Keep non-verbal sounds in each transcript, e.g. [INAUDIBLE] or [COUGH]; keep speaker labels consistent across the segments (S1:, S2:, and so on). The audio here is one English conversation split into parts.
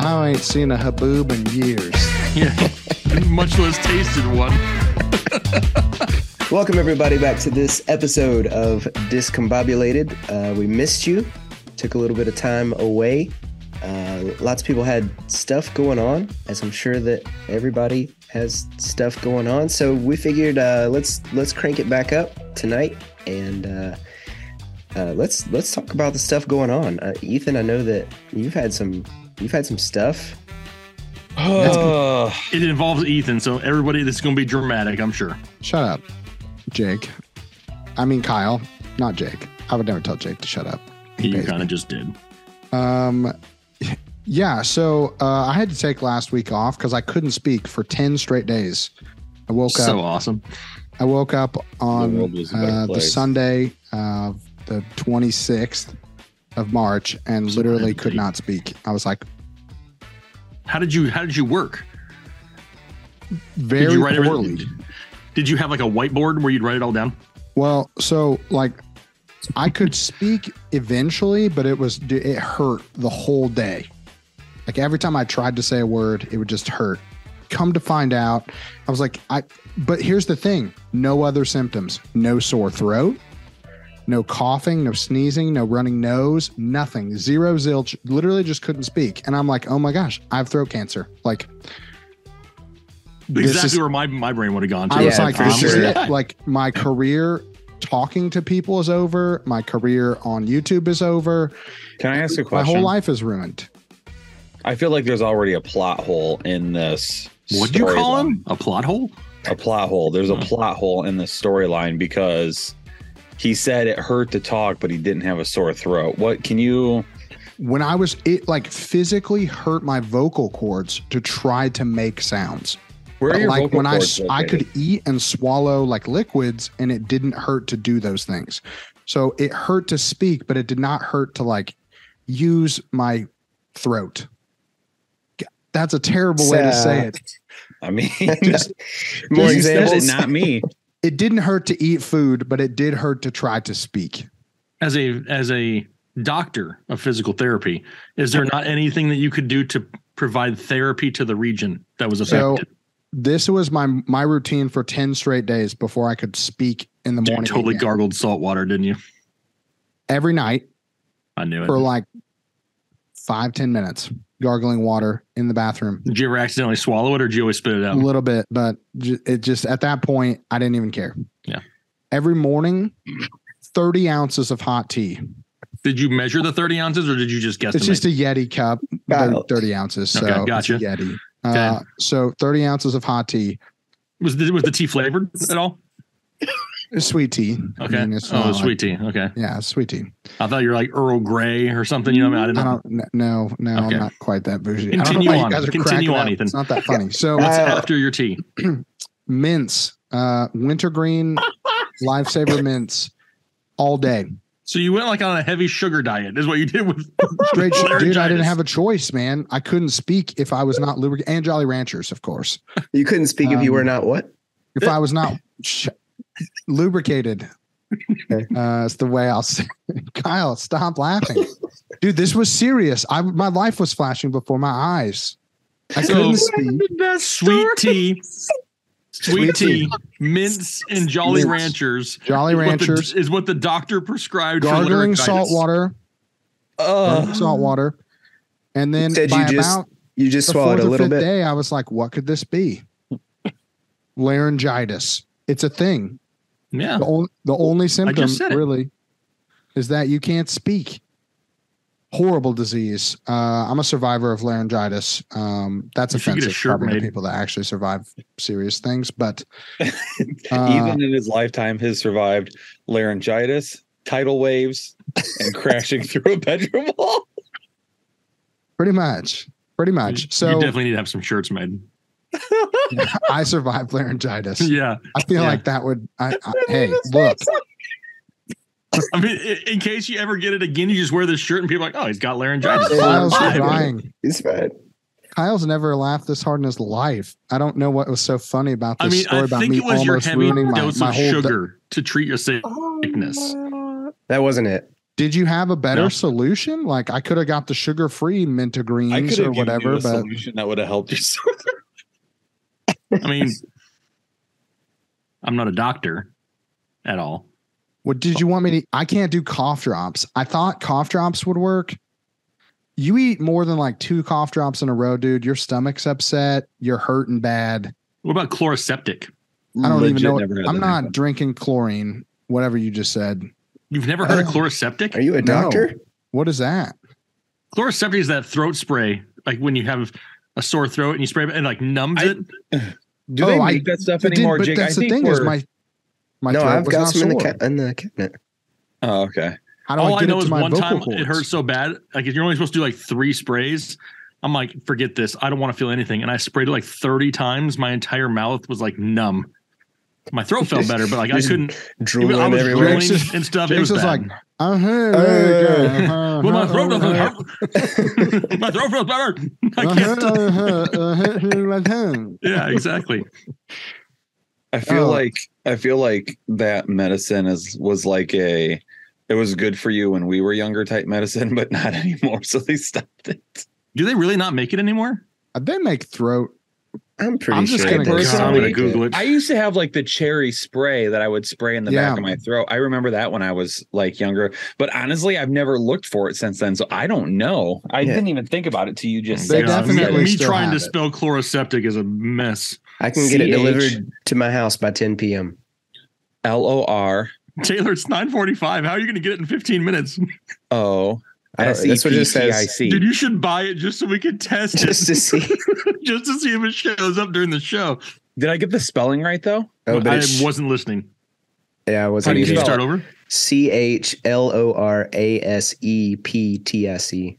S1: I ain't seen a haboob in years.
S2: Much less tasted one.
S3: Welcome, everybody, back to this episode of Discombobulated. Uh, we missed you, took a little bit of time away. Uh, lots of people had stuff going on, as I'm sure that everybody has stuff going on. So we figured uh, let's let's crank it back up tonight, and uh, uh, let's let's talk about the stuff going on. Uh, Ethan, I know that you've had some you've had some stuff.
S4: Oh,
S2: It involves Ethan, so everybody, this is going to be dramatic, I'm sure.
S1: Shut up, Jake. I mean Kyle, not Jake. I would never tell Jake to shut up. He
S2: You
S1: pays
S2: kind of just did.
S1: Um, yeah. So uh, I had to take last week off because I couldn't speak for ten straight days. I woke
S2: So
S1: up.
S2: awesome.
S1: I woke up on
S4: The world was a better
S1: uh, the
S4: place.
S1: Sunday of the twenty sixth of March and
S2: So
S1: literally
S2: random
S1: could
S2: date.
S1: not speak. I was like
S2: How did you? How did you work? Did
S1: very
S2: you write
S1: poorly.
S2: everything? Did you have like a whiteboard where you'd write it all down?
S1: Well, so like I could speak eventually, but it was it hurt the whole day. Like every time I tried to say a word, it would just hurt. Come to find out, I was like I but here's the thing, no other symptoms, no sore throat, no coughing, no sneezing, no running nose, nothing. Zero zilch, literally just couldn't speak. And I'm like, "Oh my gosh, I have throat cancer." Like This
S2: Exactly
S1: is-
S2: where my, my brain would have gone to.
S1: I was
S3: Yeah,
S1: like,
S3: for
S1: this is
S3: sure.
S1: it. Like my career talking to people is over. My career on YouTube is over.
S4: [SIGHS] can I ask a
S1: My
S4: question?
S1: whole life is ruined.
S4: I feel like there's already a plot hole in this.
S2: What'd you call
S4: storyline.
S2: him? A plot hole?
S4: A plot hole. There's a
S2: Hmm.
S4: plot hole in the storyline because he said it hurt to talk, but he didn't have a sore throat. What can you?
S1: When I was, it like physically hurt my vocal cords to try to make sounds.
S4: Where are
S1: But
S4: your
S1: like
S4: vocal
S1: when I,
S4: cords
S1: s- I could
S4: located?
S1: eat and swallow like liquids and it didn't hurt to do those things. So it hurt to speak, but it did not hurt to like use my throat. G- That's a terrible way to
S3: So-
S1: say it.
S4: I mean, [LAUGHS]
S1: Just-
S4: more
S3: More
S4: you said it,
S3: examples?
S4: not me. [LAUGHS]
S1: it didn't hurt to eat food, but it did hurt to try to speak.
S2: As a as a doctor of physical therapy, is there not anything that you could do to provide therapy to the region that was
S1: So-
S2: affected?
S1: This was my my routine for 10 straight days before I could speak in the
S2: you
S1: morning.
S2: totally
S1: again.
S2: gargled salt water, didn't you?
S1: Every night
S2: I knew it.
S1: for like five, 10 minutes, gargling water in the bathroom.
S2: Did you ever accidentally swallow it, or did you always spit it
S1: A
S2: out?
S1: little bit, but ju- it just at that point, I didn't even care.
S2: Yeah.
S1: Every morning, 30 ounces of hot tea.
S2: Did you measure the thirty ounces, or did you just guess?
S1: It's just a Yeti cup,
S3: Got
S1: thir-
S3: it.
S1: 30 ounces. So
S2: Okay,
S1: it's a
S2: gotcha.
S1: Yeti. Uh, so 30 ounces of hot tea.
S2: was the, was the tea flavored at all?
S1: Sweet tea.
S2: Okay.
S1: mean, it's
S2: oh,
S1: not like-
S2: sweet tea. Okay.
S1: Yeah, sweet tea.
S2: I thought you were like Earl Grey or something. You know, what I mean,
S1: I
S2: I didn't know.
S1: don't kn- no no
S2: Okay.
S1: I'm not quite that bougie.
S2: Continue
S1: I don't know why
S2: on.
S1: You guys are cracking
S2: Continue on,
S1: up.
S2: Ethan.
S1: It's not that funny. So
S2: What's
S3: Uh,
S2: after your tea?
S1: mints, uh, wintergreen,
S2: [LAUGHS]
S1: lifesaver mints, all day.
S2: So you went like on a heavy sugar diet. Is what you did with
S1: [LAUGHS] Straight shit, dude. I didn't
S2: laryngitis.
S1: have a choice, man. I couldn't speak if I was not lubricated. And Jolly Ranchers, of course.
S3: You couldn't speak if you
S1: Um,
S3: were not what?
S1: If I was not sh- lubricated,
S3: Okay.
S1: uh, it's the way I'll say. [LAUGHS] Kyle, stop laughing, dude. This was serious. I my life was flashing before my eyes. I
S2: So-
S1: couldn't speak.
S2: sweet tea, sweet
S1: Sweet
S2: tea, mints, and Jolly
S1: Mints.
S2: Ranchers.
S1: Jolly
S2: is what the-
S1: Ranchers.
S2: is what the doctor prescribed. for
S1: gargling
S2: laryngitis.
S1: salt water, gargling salt water, and then
S3: Uh. Said you
S1: by
S3: just
S1: about
S3: You just
S1: the
S3: swallowed
S1: fourth
S3: a
S1: or
S3: little
S1: fifth
S3: bit.
S1: day, I was like, "What could this be?" Laryngitis. It's a thing.
S2: Yeah.
S1: The only the only symptom
S2: said it.
S1: really is that you can't speak. Horrible disease. Uh, I'm a survivor of laryngitis. Um, that's
S2: You should get a
S1: offensive
S2: shirt
S1: probably to
S2: made.
S1: people that actually survive serious things,
S3: [LAUGHS]
S1: but uh,
S4: Even in his lifetime, has survived laryngitis, tidal waves,
S1: [LAUGHS]
S4: and crashing through a bedroom wall.
S1: pretty much, pretty
S2: You-
S1: much. So
S2: you definitely need to have some shirts made. [LAUGHS]
S1: I survived [LAUGHS] laryngitis.
S2: Yeah.
S1: I feel
S2: Yeah.
S1: like that would. I, I, hey, look,
S2: I mean, i- in case you ever get it again, you just wear this shirt and people are like, oh, he's got laryngitis.
S1: Kyle's
S2: Fine.
S1: dying.
S3: It's fine.
S1: Kyle's never laughed this hard in his life. I don't know what was so funny about
S2: I
S1: this
S2: mean,
S1: story
S2: I
S1: about
S2: think
S1: me
S2: it was your
S1: almost
S2: heavy
S1: ruining my,
S2: dose
S1: my
S2: of
S1: whole.
S2: sugar to treat your sick- sickness.
S3: That wasn't it.
S1: Did you have a better
S2: No.
S1: solution? Like I could have got the sugar free Minta
S4: I
S1: greens
S4: could
S1: or
S4: have given you
S1: whatever,
S4: a
S1: but
S4: solution that would have helped you. sore throat.
S2: I mean, I'm not a doctor at all.
S1: what did you want me to? I can't do cough drops. I thought cough drops would work. You eat more than like two cough drops in a row, dude. Your stomach's upset. You're hurting bad.
S2: What about chloroseptic?
S1: I don't
S4: Legit
S1: even
S4: never
S1: know.
S4: had
S1: I'm
S4: that
S1: not
S4: happen.
S1: drinking chlorine. Whatever you just said.
S2: You've never heard of
S1: Oh.
S2: chloroseptic?
S3: Are you a
S1: No.
S3: doctor?
S1: What is that?
S2: Chloroseptic is that throat spray, like when you have a sore throat and you spray it and like numbs
S4: I-
S2: it.
S4: Do
S1: Oh,
S4: they make
S1: I-
S4: that stuff
S1: But, dude,
S4: anymore,
S1: but
S4: Jake?
S1: that's
S4: I
S1: the
S4: think
S1: thing is
S4: we're,
S1: my my
S3: no,
S1: throat
S3: I've
S1: was
S3: got
S1: not
S3: some in the,
S1: sore.
S3: ca- in the cabinet.
S4: oh, okay.
S1: How do
S2: All
S1: I
S2: I
S1: get
S2: know
S1: it
S2: is
S1: to my
S2: one
S1: vocal
S2: time
S1: cords?
S2: it hurt so bad. Like if you're only supposed to do like three sprays. I'm like, forget this. I don't want to feel anything. And I sprayed it like 30 times. My entire mouth was like numb. My throat felt better, but like I
S3: Just
S2: couldn't.
S3: Drooling
S2: I was
S3: everywhere.
S2: drooling
S1: Jake's-
S2: and stuff. it was
S1: Jake's just
S2: bad.
S1: like, uh
S3: Uh,
S1: huh.
S2: Well, my throat doesn't
S1: uh-huh,
S2: hurt. my throat feels better. [LAUGHS] I can't
S1: Uh-huh.
S2: stop. [LAUGHS] Yeah, exactly.
S4: I feel
S1: Oh.
S4: like I feel like that medicine is was like a it was good for you when we were younger type medicine, [LAUGHS] but not anymore. So they stopped it.
S2: Do they really not make it anymore?
S1: Uh, They make throat.
S3: [LAUGHS] I'm pretty
S1: I'm just
S3: sure.
S1: gonna
S3: they
S1: go-
S2: I'm
S3: still
S2: gonna
S3: make
S2: Google
S3: it.
S2: it.
S4: I used to have like the cherry spray that I would spray in the
S1: Yeah.
S4: back of my throat. I remember that when I was like younger, but honestly, I've never looked for it since then. So I don't know. I
S3: Yeah.
S4: didn't even think about it till you just
S1: They
S4: said it.
S2: me,
S1: definitely
S2: me
S1: still
S2: trying to
S1: have it.
S2: spell chloroseptic is a mess.
S3: I can get it
S4: CH.
S3: delivered to my house by 10 p.m.
S4: L O R
S2: Taylor, it's 9:45. How are you going to get it in 15 minutes?
S4: O. E
S3: I
S2: E
S3: don't- that's what it says. [LAUGHS]
S2: Dude, you should buy it just so we could test it, [LAUGHS]
S3: Just to see.
S2: just to see if it shows up during the show.
S4: Did I get the spelling right though?
S3: Oh, but
S2: I
S3: it's,
S2: wasn't listening.
S3: yeah, I
S4: How
S3: wasn't
S4: do you
S2: Can you
S4: spell
S3: either.
S2: start over?
S3: C H L O R A S E P T E. I C.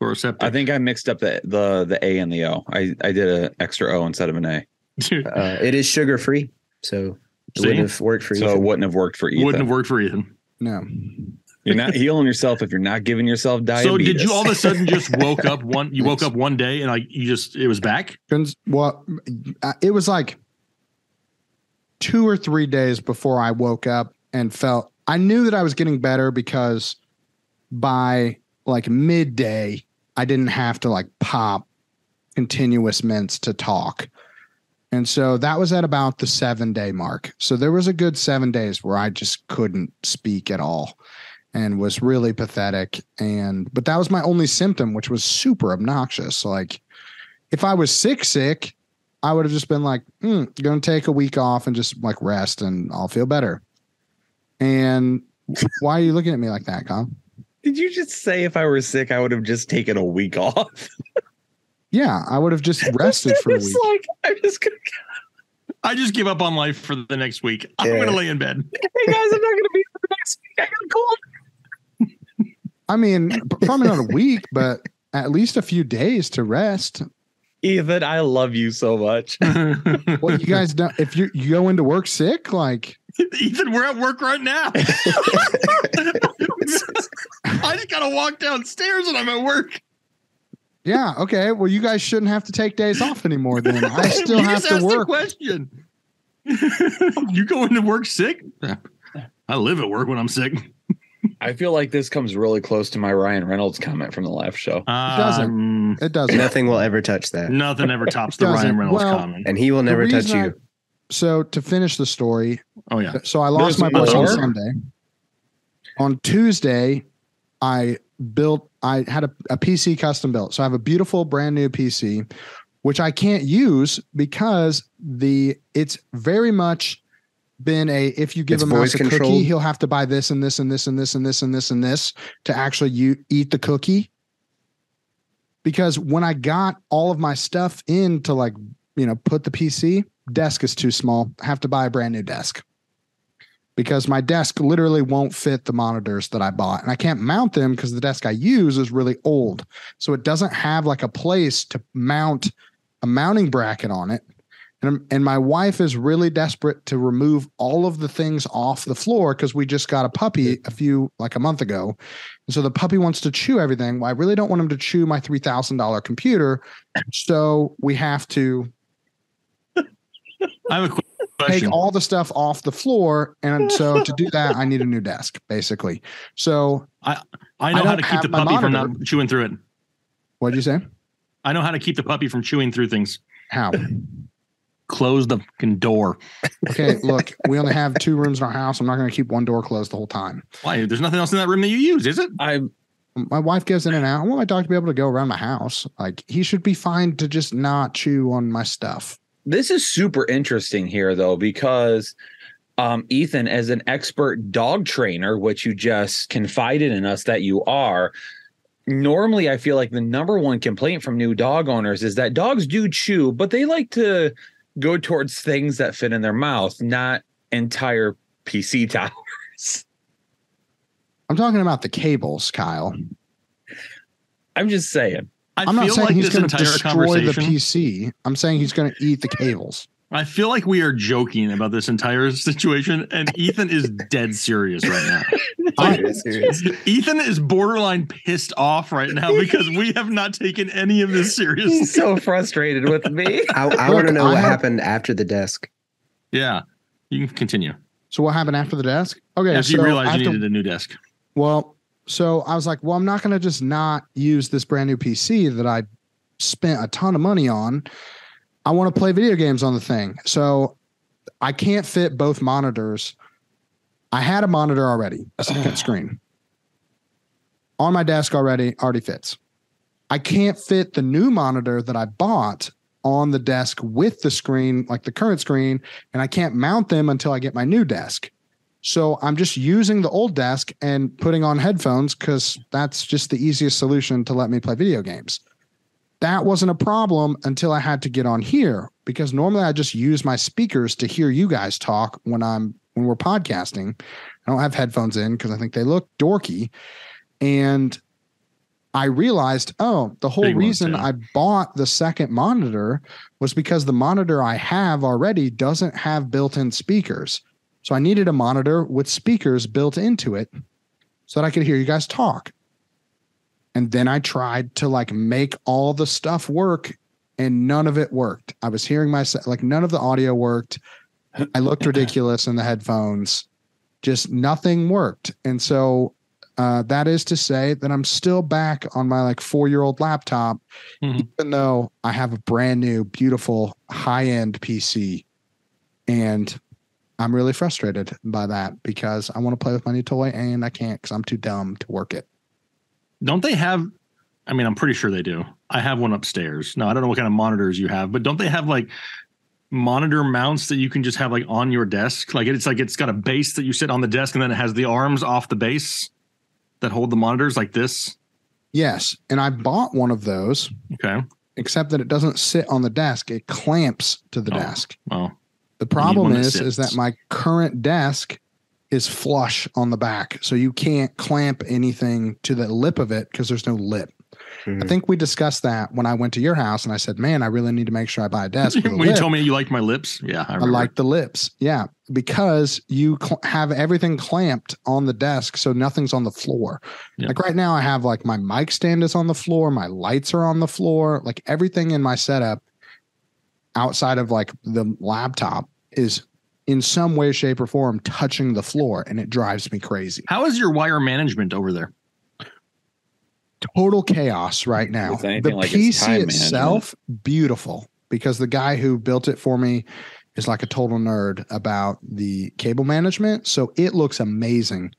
S4: I
S2: Chloroseptic.
S4: think I mixed up the the the A and the O. I I did an extra O instead of an A,
S2: Dude,
S3: [LAUGHS] Uh, it is sugar free, so it
S2: See?
S3: wouldn't have worked for you.
S4: so it wouldn't have worked for Ethan.
S2: wouldn't have worked for Ethan.
S1: No.
S4: You're not healing yourself if you're not giving yourself
S2: So
S4: diabetes.
S2: did you
S4: [LAUGHS]
S2: all of a sudden just woke up one? You
S3: [LAUGHS]
S2: woke up one day and like you just it was back.
S1: Couldn't- Well, uh, it was like two or three days before I woke up and felt I knew that I was getting better because by like midday, I didn't have to like pop continuous mints to talk. And so that was at about the seven day mark. So there was a good seven days where I just couldn't speak at all and was really pathetic. And, but that was my only symptom, which was super obnoxious. Like, if I was sick, sick, I would have just been like, hmm, gonna take a week off and just like rest and I'll feel better. And [LAUGHS] why are you looking at me like that, Kyle?
S4: Did you just say if I were sick, I would have just taken a week off? [LAUGHS]
S1: Yeah, I would have
S2: [LAUGHS]
S1: just rested for a
S4: It's
S1: week.
S4: like I'm just gonna.
S2: I just give up on life for the next week. I'm
S3: Yeah.
S2: going to lay in bed. [LAUGHS]
S4: Hey guys, I'm not gonna be here for the next week. I got a cold.
S1: I mean, p- probably not a week, but at least a few days to rest.
S4: Ethan, I love you so much.
S1: Well, you guys don't if you you go into work sick, like
S2: Ethan, we're at work right
S3: [LAUGHS]
S2: now. [LAUGHS] I just gotta walk downstairs and I'm at work.
S1: yeah, okay. Well, you guys shouldn't have to take days off anymore then.
S2: [LAUGHS]
S1: I still
S2: you
S1: have
S2: just
S1: to
S2: asked
S1: work.
S2: The question. [LAUGHS] you go into work sick? I live at work when I'm sick.
S4: [LAUGHS] I feel like this comes really close to my Ryan Reynolds comment from the last show.
S1: doesn't.
S2: Um,
S1: It doesn't.
S3: Nothing will ever touch that,
S2: nothing ever tops the Ryan
S1: Doesn't.
S2: Reynolds
S1: Well-
S2: comment.
S3: and he will
S1: The
S3: never touch
S1: reason I-
S3: you.
S1: So to finish the story,
S2: Oh yeah.
S1: Uh, So I lost
S4: There's
S1: my voice on
S4: more?
S1: Sunday. On Tuesday, I built. I had a, a PC custom built. So I have a beautiful brand new PC, which I can't use because the it's very much been a if you give
S3: It's
S1: a mouse
S3: voice
S1: a
S3: controlled?
S1: cookie, he'll have to buy this and this and this and this and this and this and this to actually you eat the cookie. Because when I got all of my stuff in to like you know put the PC desk is too small. I have to buy a brand new desk because my desk literally won't fit the monitors that I bought. And I can't mount them because the desk I use is really old. So it doesn't have like a place to mount a mounting bracket on it. And, I'm- and my wife is really desperate to remove all of the things off the floor because we just got a puppy a few, like a month ago. And so the puppy wants to chew everything. Well, I really don't want him to chew my $3,000 computer. So we have to
S2: I have a qu-
S1: [LAUGHS] take
S2: question.
S1: all the stuff off the floor. And so to do that, I need a new desk, basically. So
S2: I know
S1: I
S2: how
S1: don't
S2: to keep
S1: have
S2: the
S1: my
S2: puppy from
S1: monitor.
S2: not chewing through it.
S1: what'd you say?
S2: I know how to keep the puppy from chewing through things.
S1: How?
S2: Close the fucking door.
S1: Okay, look, we only have two rooms in our house. I'm not going to keep one door closed the whole time.
S2: Why? There's nothing else in that room that you use, is it?
S4: I
S1: My wife goes in and out. I want my dog to be able to go around my house. Like he should be fine to just not chew on my stuff.
S4: this is super interesting here though because um, Ethan, as an expert dog trainer, which you just confided in us that you are, normally I feel like the number one complaint from new dog owners is that dogs do chew, but they like to go towards things that fit in their mouth, not entire PC [LAUGHS] towers.
S1: I'm talking about the cables, Kyle.
S4: I'm just [LAUGHS] saying.
S2: I
S1: I'm not
S2: feel
S1: saying
S2: like
S1: he's
S2: this
S1: going to
S2: entire
S1: destroy the
S2: conversation.
S1: PC. I'm saying he's going to eat the cables.
S2: I feel like we are joking about this entire [LAUGHS] situation, and Ethan is dead serious right now.
S1: I-
S3: Dude, it's serious.
S2: [LAUGHS] Ethan is borderline pissed off right now because we have not taken any of this seriously.
S4: He's so frustrated with me.
S3: I, I
S1: Look,
S3: want to know
S1: I
S3: what
S1: have-
S3: happened after the desk.
S2: Yeah, you can continue.
S1: So what happened after the desk? Okay,
S2: After you
S1: so
S2: realize
S1: I have
S2: you
S1: to-
S2: needed a new desk,
S1: Well, so I was like, well, I'm not going to just not use this brand new PC that I spent a ton of money on. I want to play video games on the thing. So I can't fit both monitors. I had a monitor already, a second screen on my desk already, already fits. I can't fit the new monitor that I bought on the desk with the screen, like the current screen, and I can't mount them until I get my new desk. So I'm just using the old desk and putting on headphones because that's just the easiest solution to let me play video games. That wasn't a problem until I had to get on here because normally I just use my speakers to hear you guys talk when I'm when we're podcasting. I don't have headphones in because I think they look dorky. And I realized, oh, the whole
S2: Big ones,
S1: reason
S2: yeah.
S1: I bought the second monitor was because the monitor I have already doesn't have built-in speakers. So I needed a monitor with speakers built into it so that I could hear you guys talk. And then I tried to like make all the stuff work and none of it worked. I was hearing myself like none of the audio worked. I looked ridiculous in the headphones. Just nothing worked. And so uh, that is to say that I'm still back on my like four year old laptop,
S2: Mhm.
S1: even though I have a brand new, beautiful, high end PC. And I'm really frustrated by that because I want to play with my new toy and I can't because I'm too dumb to work it.
S2: don't they have? I mean, I'm pretty sure they do. I have one upstairs. No, I don't know what kind of monitors you have, but don't they have like monitor mounts that you can just have like on your desk? Like it's like it's got a base that you sit on the desk, and then it has the arms off the base that hold the monitors like this.
S1: Yes. And I bought one of those,
S2: Okay.
S1: except that it doesn't sit on the desk, it clamps to the
S2: Oh.
S1: desk.
S2: Well,
S1: The problem
S2: one that
S1: is, is
S2: sits.
S1: that my current desk is flush on the back. So you can't clamp anything to the lip of it because there's no lip. I
S3: Mhm.
S1: think we discussed that when I went to your house and I said, man, I really need to make sure I buy a desk. with a
S2: [LAUGHS] when you
S1: lip."
S2: told me you liked my lips, yeah, I,
S1: I
S2: remember.
S1: like the lips. Yeah. Because you cl- have everything clamped on the desk. So nothing's on the floor.
S2: Yeah.
S1: Like right now, I have like my mic stand is on the floor. My lights are on the floor. Like everything in my setup outside of like the laptop is in some way, shape, or form touching the floor. And it drives me crazy.
S2: How is your wire management over there?
S1: total chaos right now.
S4: With
S1: The
S4: anything like it's time
S1: PC
S4: management.
S1: itself, beautiful, because the guy who built it for me is like a total nerd about the cable management. So it looks amazing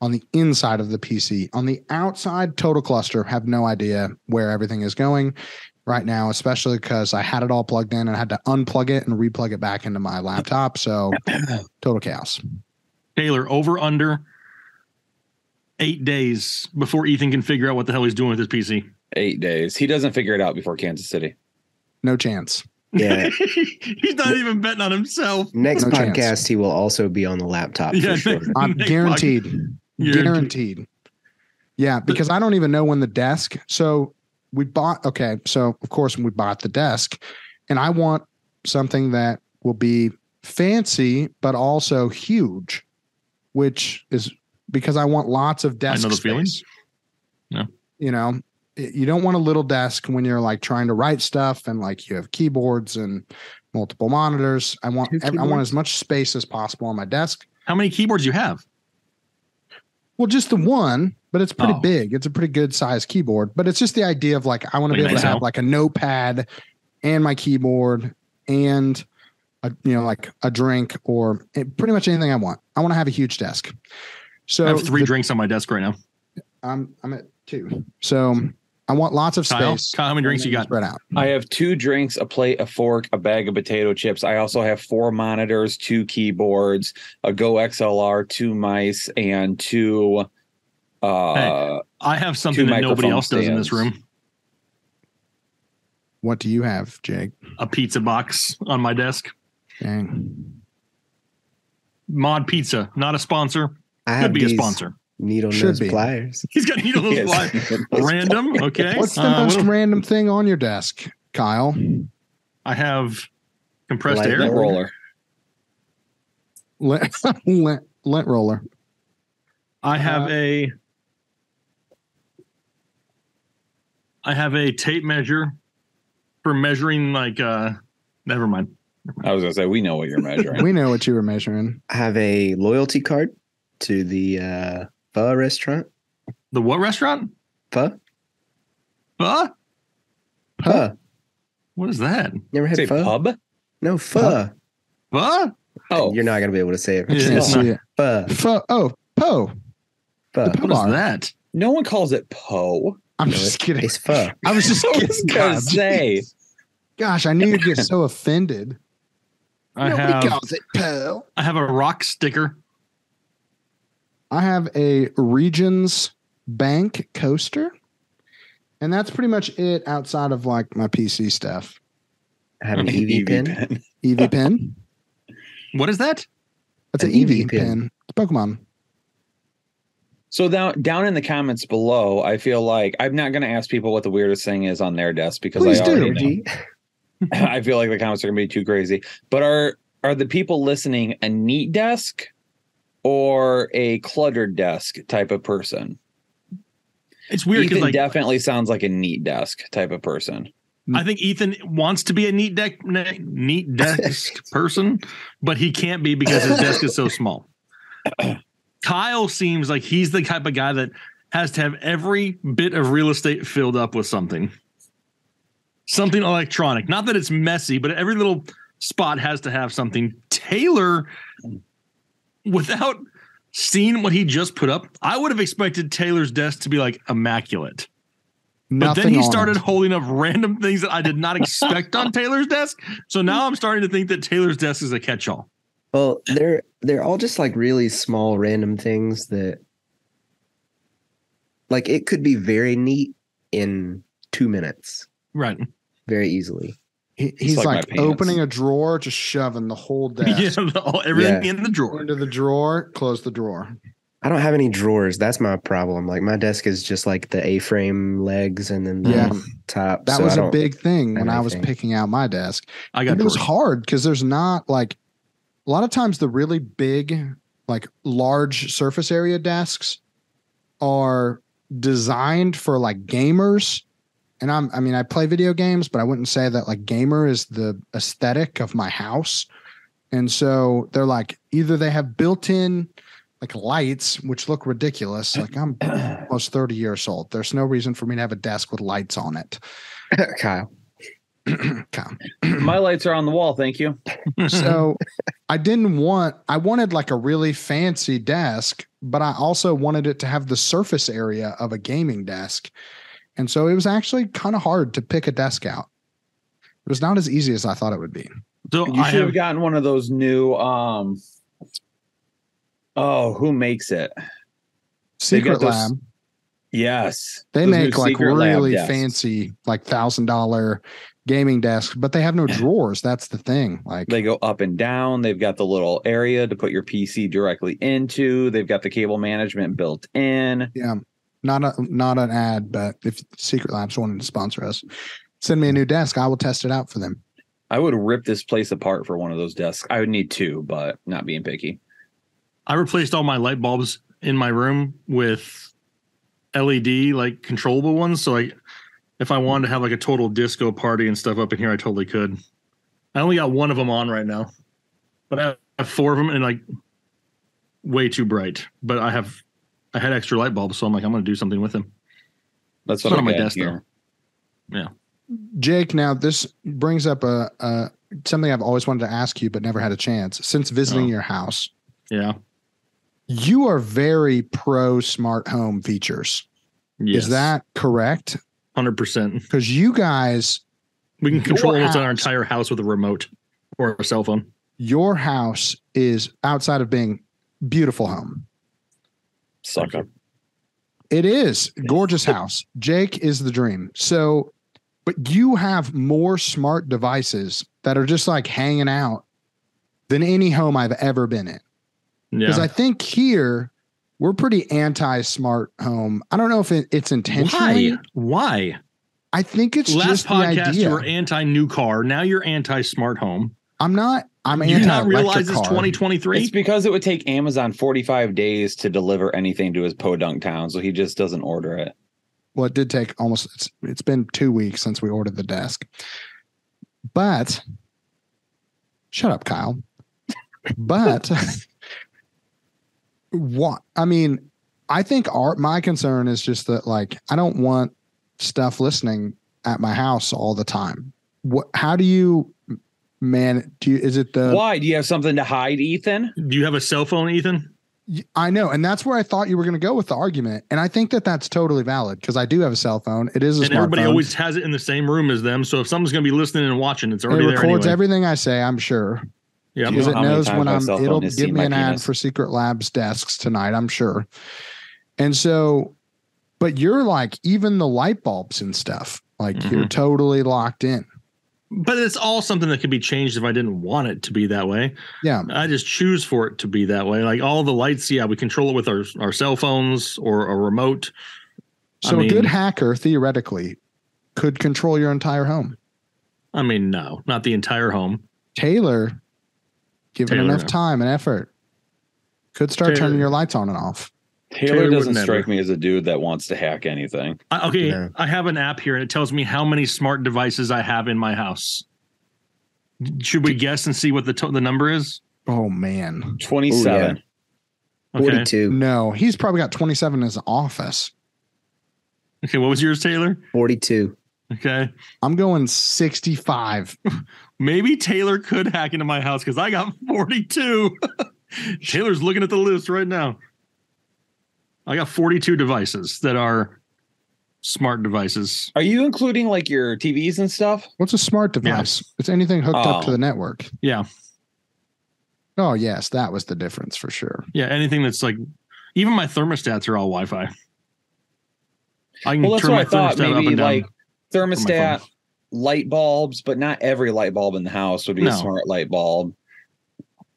S1: on the inside of the PC. On the outside, total cluster. Have no idea where everything is going right now, especially because I had it all plugged in and I had to unplug it and replug it back into my laptop.
S4: [COUGHS]
S1: So total chaos.
S2: Taylor, over under eight days before Ethan can figure out what the hell he's doing with his PC.
S4: Eight days. He doesn't figure it out before Kansas City.
S1: No chance.
S3: Yeah.
S2: [LAUGHS] he's not even betting on himself.
S3: Next
S1: No
S3: podcast,
S1: chance.
S3: he will also be on the laptop
S2: Yeah, [LAUGHS]
S3: for sure.
S2: next-
S4: [LAUGHS]
S1: I'm
S2: Nick
S1: guaranteed.
S2: You're-
S1: guaranteed. Yeah, because I don't even know when the desk. So we bought. Okay, so of course we bought the desk, and I want something that will be fancy but also huge, which is because I want lots of
S2: I
S1: desk
S2: know the
S1: space.
S2: feelings. Yeah.
S1: You know, it- you don't want a little desk when you're like trying to write stuff and like you have keyboards and multiple monitors. I want
S3: Two
S1: I want
S3: keyboards?
S1: as much space as possible on my desk.
S2: How many keyboards you have?
S1: Well, just the one, but it's pretty
S2: Oh.
S1: big. It's a pretty good size keyboard, but it's just the idea of like I want to
S2: Like
S1: be
S2: an
S1: able to
S2: Excel?
S1: have like a notepad and my keyboard and a, you know like a drink or eh, pretty much anything I want. I want to have a huge desk. So
S2: I have three
S1: the-
S2: drinks on my desk right now.
S1: I'm I'm at two. So I want lots of
S2: Kyle,
S1: space.
S2: Kyle how many drinks you got?
S1: Spread out.
S4: I have two drinks, a plate, a fork, a bag of potato chips. I also have four monitors, two keyboards, a Go XLR, two mice, and two. Uh,
S2: I have something
S4: Two
S2: that nobody
S4: microphone
S2: else does in this
S4: stands.
S2: room.
S1: What do you have, Jake?
S2: A pizza box on my desk.
S1: Dang.
S2: Mod Pizza, not a sponsor.
S3: I
S2: Could
S3: have
S2: be a
S3: these
S2: sponsor.
S3: needle
S1: Should
S3: nose
S1: be.
S3: pliers.
S2: He's got needle
S4: yes.
S2: those live. Random. Okay.
S1: What's the
S2: Uh, what
S1: most
S2: else?
S1: random thing on your desk, Kyle?
S2: I have compressed
S3: Like
S2: air.
S4: Lint roller.
S1: Lint, [LAUGHS] lint, lint roller.
S2: I have
S1: Uh,
S2: a I have a tape measure for measuring like uh never mind.
S4: I was gonna say we know what
S1: [LAUGHS]
S4: you're measuring.
S1: We know what you were measuring.
S3: I have a loyalty card to the uh, pho restaurant.
S2: The what restaurant?
S3: Pho?
S2: Huh?
S3: Pho.
S2: What is that?
S3: Never had
S4: Say
S3: pho?
S4: pub.
S3: No, pho.
S1: Pho?
S2: Huh?
S4: Oh,
S3: You're not going to be able to say it.
S2: Yeah,
S1: Can't
S2: it's
S1: see
S2: not-
S1: it.
S3: Pho.
S1: Fo- oh, Poe.
S3: Pho.
S1: The
S2: What is
S1: Bar.
S2: that?
S4: no one calls it Poe. [LAUGHS]
S1: I'm just kidding.
S3: It's pho.
S1: I was just
S4: I was
S1: kidding.
S4: [LAUGHS] gonna
S1: God,
S4: say.
S1: geez. Gosh, I knew you'd get so offended.
S2: I
S1: Nobody
S2: have
S1: calls it Poe.
S2: I have a rock sticker.
S1: I have a Regions Bank coaster, and that's pretty much it outside of like my PC stuff.
S3: I
S4: [LAUGHS]
S3: have an E
S4: E
S3: EV pin.
S1: EV pin.
S2: What is that?
S1: That's an,
S3: An
S1: EV,
S3: EV pin.
S1: pin. It's Pokemon.
S4: So down down in the comments below, I feel like I'm not gonna ask people what the weirdest thing is on their desk because
S1: Please
S4: I
S1: do.
S4: already know.
S3: Energy.
S4: [LAUGHS] I feel like the comments are gonna be too crazy. But are are the people listening a neat desk or a cluttered desk type of person?
S2: It's weird
S4: Ethan
S2: because like
S4: definitely sounds like a neat desk type of person. [CLEARS THROAT]
S2: I think Ethan wants to be a neat deck ne- neat desk person, but he can't be because his desk is so small. Kyle seems like he's the type of guy that has to have every bit of real estate filled up with something. Something electronic. Not that it's messy, but every little spot has to have something. Taylor without seeing what he just put up, I would have expected Taylor's desk to be like immaculate. But
S1: Nothing
S2: then he
S1: on
S2: started
S1: it.
S2: holding up random things that I did not expect
S1: [LAUGHS]
S2: on Taylor's desk. So now I'm starting to think that Taylor's desk is a catch-all.
S3: Well, they're they're all just like really small random things that like it could be very neat in two minutes,
S2: [LAUGHS] Right.
S3: very easily.
S1: He, he's
S4: like my
S1: like,
S4: pants.
S1: opening a drawer, just shoving the
S2: [LAUGHS]
S1: whole
S2: Yeah.
S1: desk
S2: the- all- everything
S3: Yeah.
S2: in the drawer.
S1: into the drawer, close the drawer.
S3: I don't have any drawers. That's my problem. Like my desk is just like the A frame legs and then the
S1: Yeah.
S3: top.
S1: That
S3: so
S1: was
S3: I
S1: a
S3: don't-
S1: big thing when I was
S3: anything.
S1: picking out my desk.
S2: I got
S1: It was
S2: drawers.
S1: hard because there's not like a lot of times the really big, like large surface area desks are designed for like gamers. And I'm, I mean, I play video games, but I wouldn't say that like gamer is the aesthetic of my house. And so they're like either they have built in like lights, which look ridiculous. Like I'm almost 30 years old. There's no reason for me to have a desk with lights on it. [CLEARS THROAT]
S3: Kyle.
S1: Come.
S4: My lights are on the wall, thank you.
S1: so
S4: Mm-hmm. [LAUGHS]
S1: I didn't want I wanted like a really fancy desk, but I also wanted it to have the surface area of a gaming desk. And so it was actually kind of hard to pick a desk out. It was not as easy as I thought it would be.
S2: [LAUGHS] so
S4: You
S2: I
S4: should have
S2: have,
S4: gotten one of those new um Oh, who makes it? They've
S1: Secret
S4: got those-
S1: Lab,
S4: Yes.
S1: they
S4: Those new
S1: make like
S4: Secret Lab
S1: really
S4: desks.
S1: fancy, like thousand dollar gaming desks, but they have
S4: [LAUGHS]
S1: no drawers. That's the thing. Like
S4: They go up and down. They've got the little area to put your PC directly into. They've got the cable management built in.
S1: Yeah. Not a not an ad, but if Secret Labs wanted to sponsor us, send me a new desk. I will test it out for them.
S4: I would rip this place apart for one of those desks. I would need two, but not being picky.
S2: I replaced all my light bulbs in my room with LED like E controllable ones. So I if I wanted to have like a total disco party and stuff up in here, I totally could. I only got one of them on right now, but I have four of them and like way too bright. But I have, I had extra light bulbs, so I'm like, I'm going to do something with them.
S4: That's
S2: It's
S4: what
S2: not
S4: I'm
S2: on my
S4: my
S2: desk,
S4: desk
S2: though.
S4: here.
S1: Jake, now this brings up a, a something I've always wanted to ask you, but never had a chance. Since visiting
S2: Oh.
S1: your house,
S2: Yeah.
S1: you are very pro smart home features.
S2: Yes.
S1: Is that correct?
S2: hundred percent?
S1: Because you guys,
S2: We can
S1: Your
S2: control what's on our
S1: house.
S2: entire house with a remote or a cell phone.
S1: your house is outside of being beautiful home.
S4: Suck up.
S1: It is
S2: [LAUGHS]
S1: gorgeous house. Jake is the dream. So, but you have more smart devices that are just like hanging out than any home I've ever been in. Because
S2: Yeah.
S1: I think here we're pretty anti smart home. I don't know if it, it's intentionally.
S2: Why? Why?
S1: I think it's
S2: Last
S1: just the
S2: podcast
S1: idea.
S2: you were anti new car. Now you're anti smart home.
S1: I'm not. I'm
S2: you
S1: anti
S2: do not realize
S1: electric
S2: it's
S1: car.
S2: 2023.
S4: It's because it would take Amazon 45 days to deliver anything to his podunk town, so he just doesn't order it.
S1: well, it did take almost. It's it's been two weeks since we ordered the desk. But shut up, Kyle. But [LAUGHS] what I mean, I think our my concern is just that like I don't want stuff listening at my house all the time. What? How do you man? Do you, is it
S2: Uh,
S1: the
S4: Why? Do you have something to hide, Ethan?
S2: Do you have a cell phone, Ethan?
S1: Y- I know, and that's where I thought you were going to go with the argument, and I think that that's totally valid because I do have a cell phone. It is a
S2: And everybody
S1: smartphone.
S2: always has it in the same room as them. So if someone's going to be listening and watching, it's
S1: it
S2: already there
S1: records
S2: anyway.
S1: everything I say. I'm sure
S2: yeah.
S4: Do you
S1: because
S4: know
S1: it
S4: how many
S1: knows
S4: times
S1: when
S4: my
S1: I'm.
S4: cell phone
S1: It'll
S4: has
S1: give
S4: seen
S1: me
S4: my
S1: an ad
S4: penis?
S1: for Secret Labs desks tonight. I'm sure. And so, but you're like even the light bulbs and stuff. Like
S2: Mm-hmm.
S1: you're totally locked in.
S2: But it's all something that could be changed if I didn't want it to be that way.
S1: Yeah.
S2: I just choose for it to be that way. Like all the lights, yeah, we control it with our, our cell phones or a remote. I
S1: So a good
S2: mean-
S1: hacker theoretically could control your entire home.
S2: I mean, no, not the entire home.
S1: Taylor, given
S2: Taylor,
S1: enough
S2: no.
S1: time and effort, could start
S2: Taylor-
S1: turning your lights on and off.
S4: Taylor,
S2: Taylor would
S4: doesn't
S2: never.
S4: strike me as a dude that wants to hack anything.
S2: I, okay.
S1: Yeah.
S2: I have an app here and it tells me how many smart devices I have in my house. Should we guess and see what the, to- the number is?
S1: Oh man.
S4: 27.
S2: Okay.
S3: 42,
S1: No, he's probably got 27 in his office.
S2: Okay. What was yours, Taylor?
S3: 42.
S2: Okay.
S1: I'm going 65.
S2: Maybe Taylor could hack into my house because I got [LAUGHS] 42. [LAUGHS] Taylor's looking at the list right now. I got 42 devices that are smart devices.
S4: Are you including like your TVs and stuff?
S1: What's a smart device? It's anything hooked up to
S4: Oh.
S1: the network.
S2: Yeah.
S1: Oh, yes, that was the difference for sure.
S2: Yeah. Anything that's like, even my thermostats are all Wi Fi. I can
S4: Well, that's
S2: turn
S4: what
S2: my
S4: I thought.
S2: thermostat up
S4: Maybe
S2: and down.
S4: like
S2: my
S4: thermostat,
S2: phone.
S4: light bulbs, but not every light bulb in the house would be
S2: No.
S4: a smart light bulb.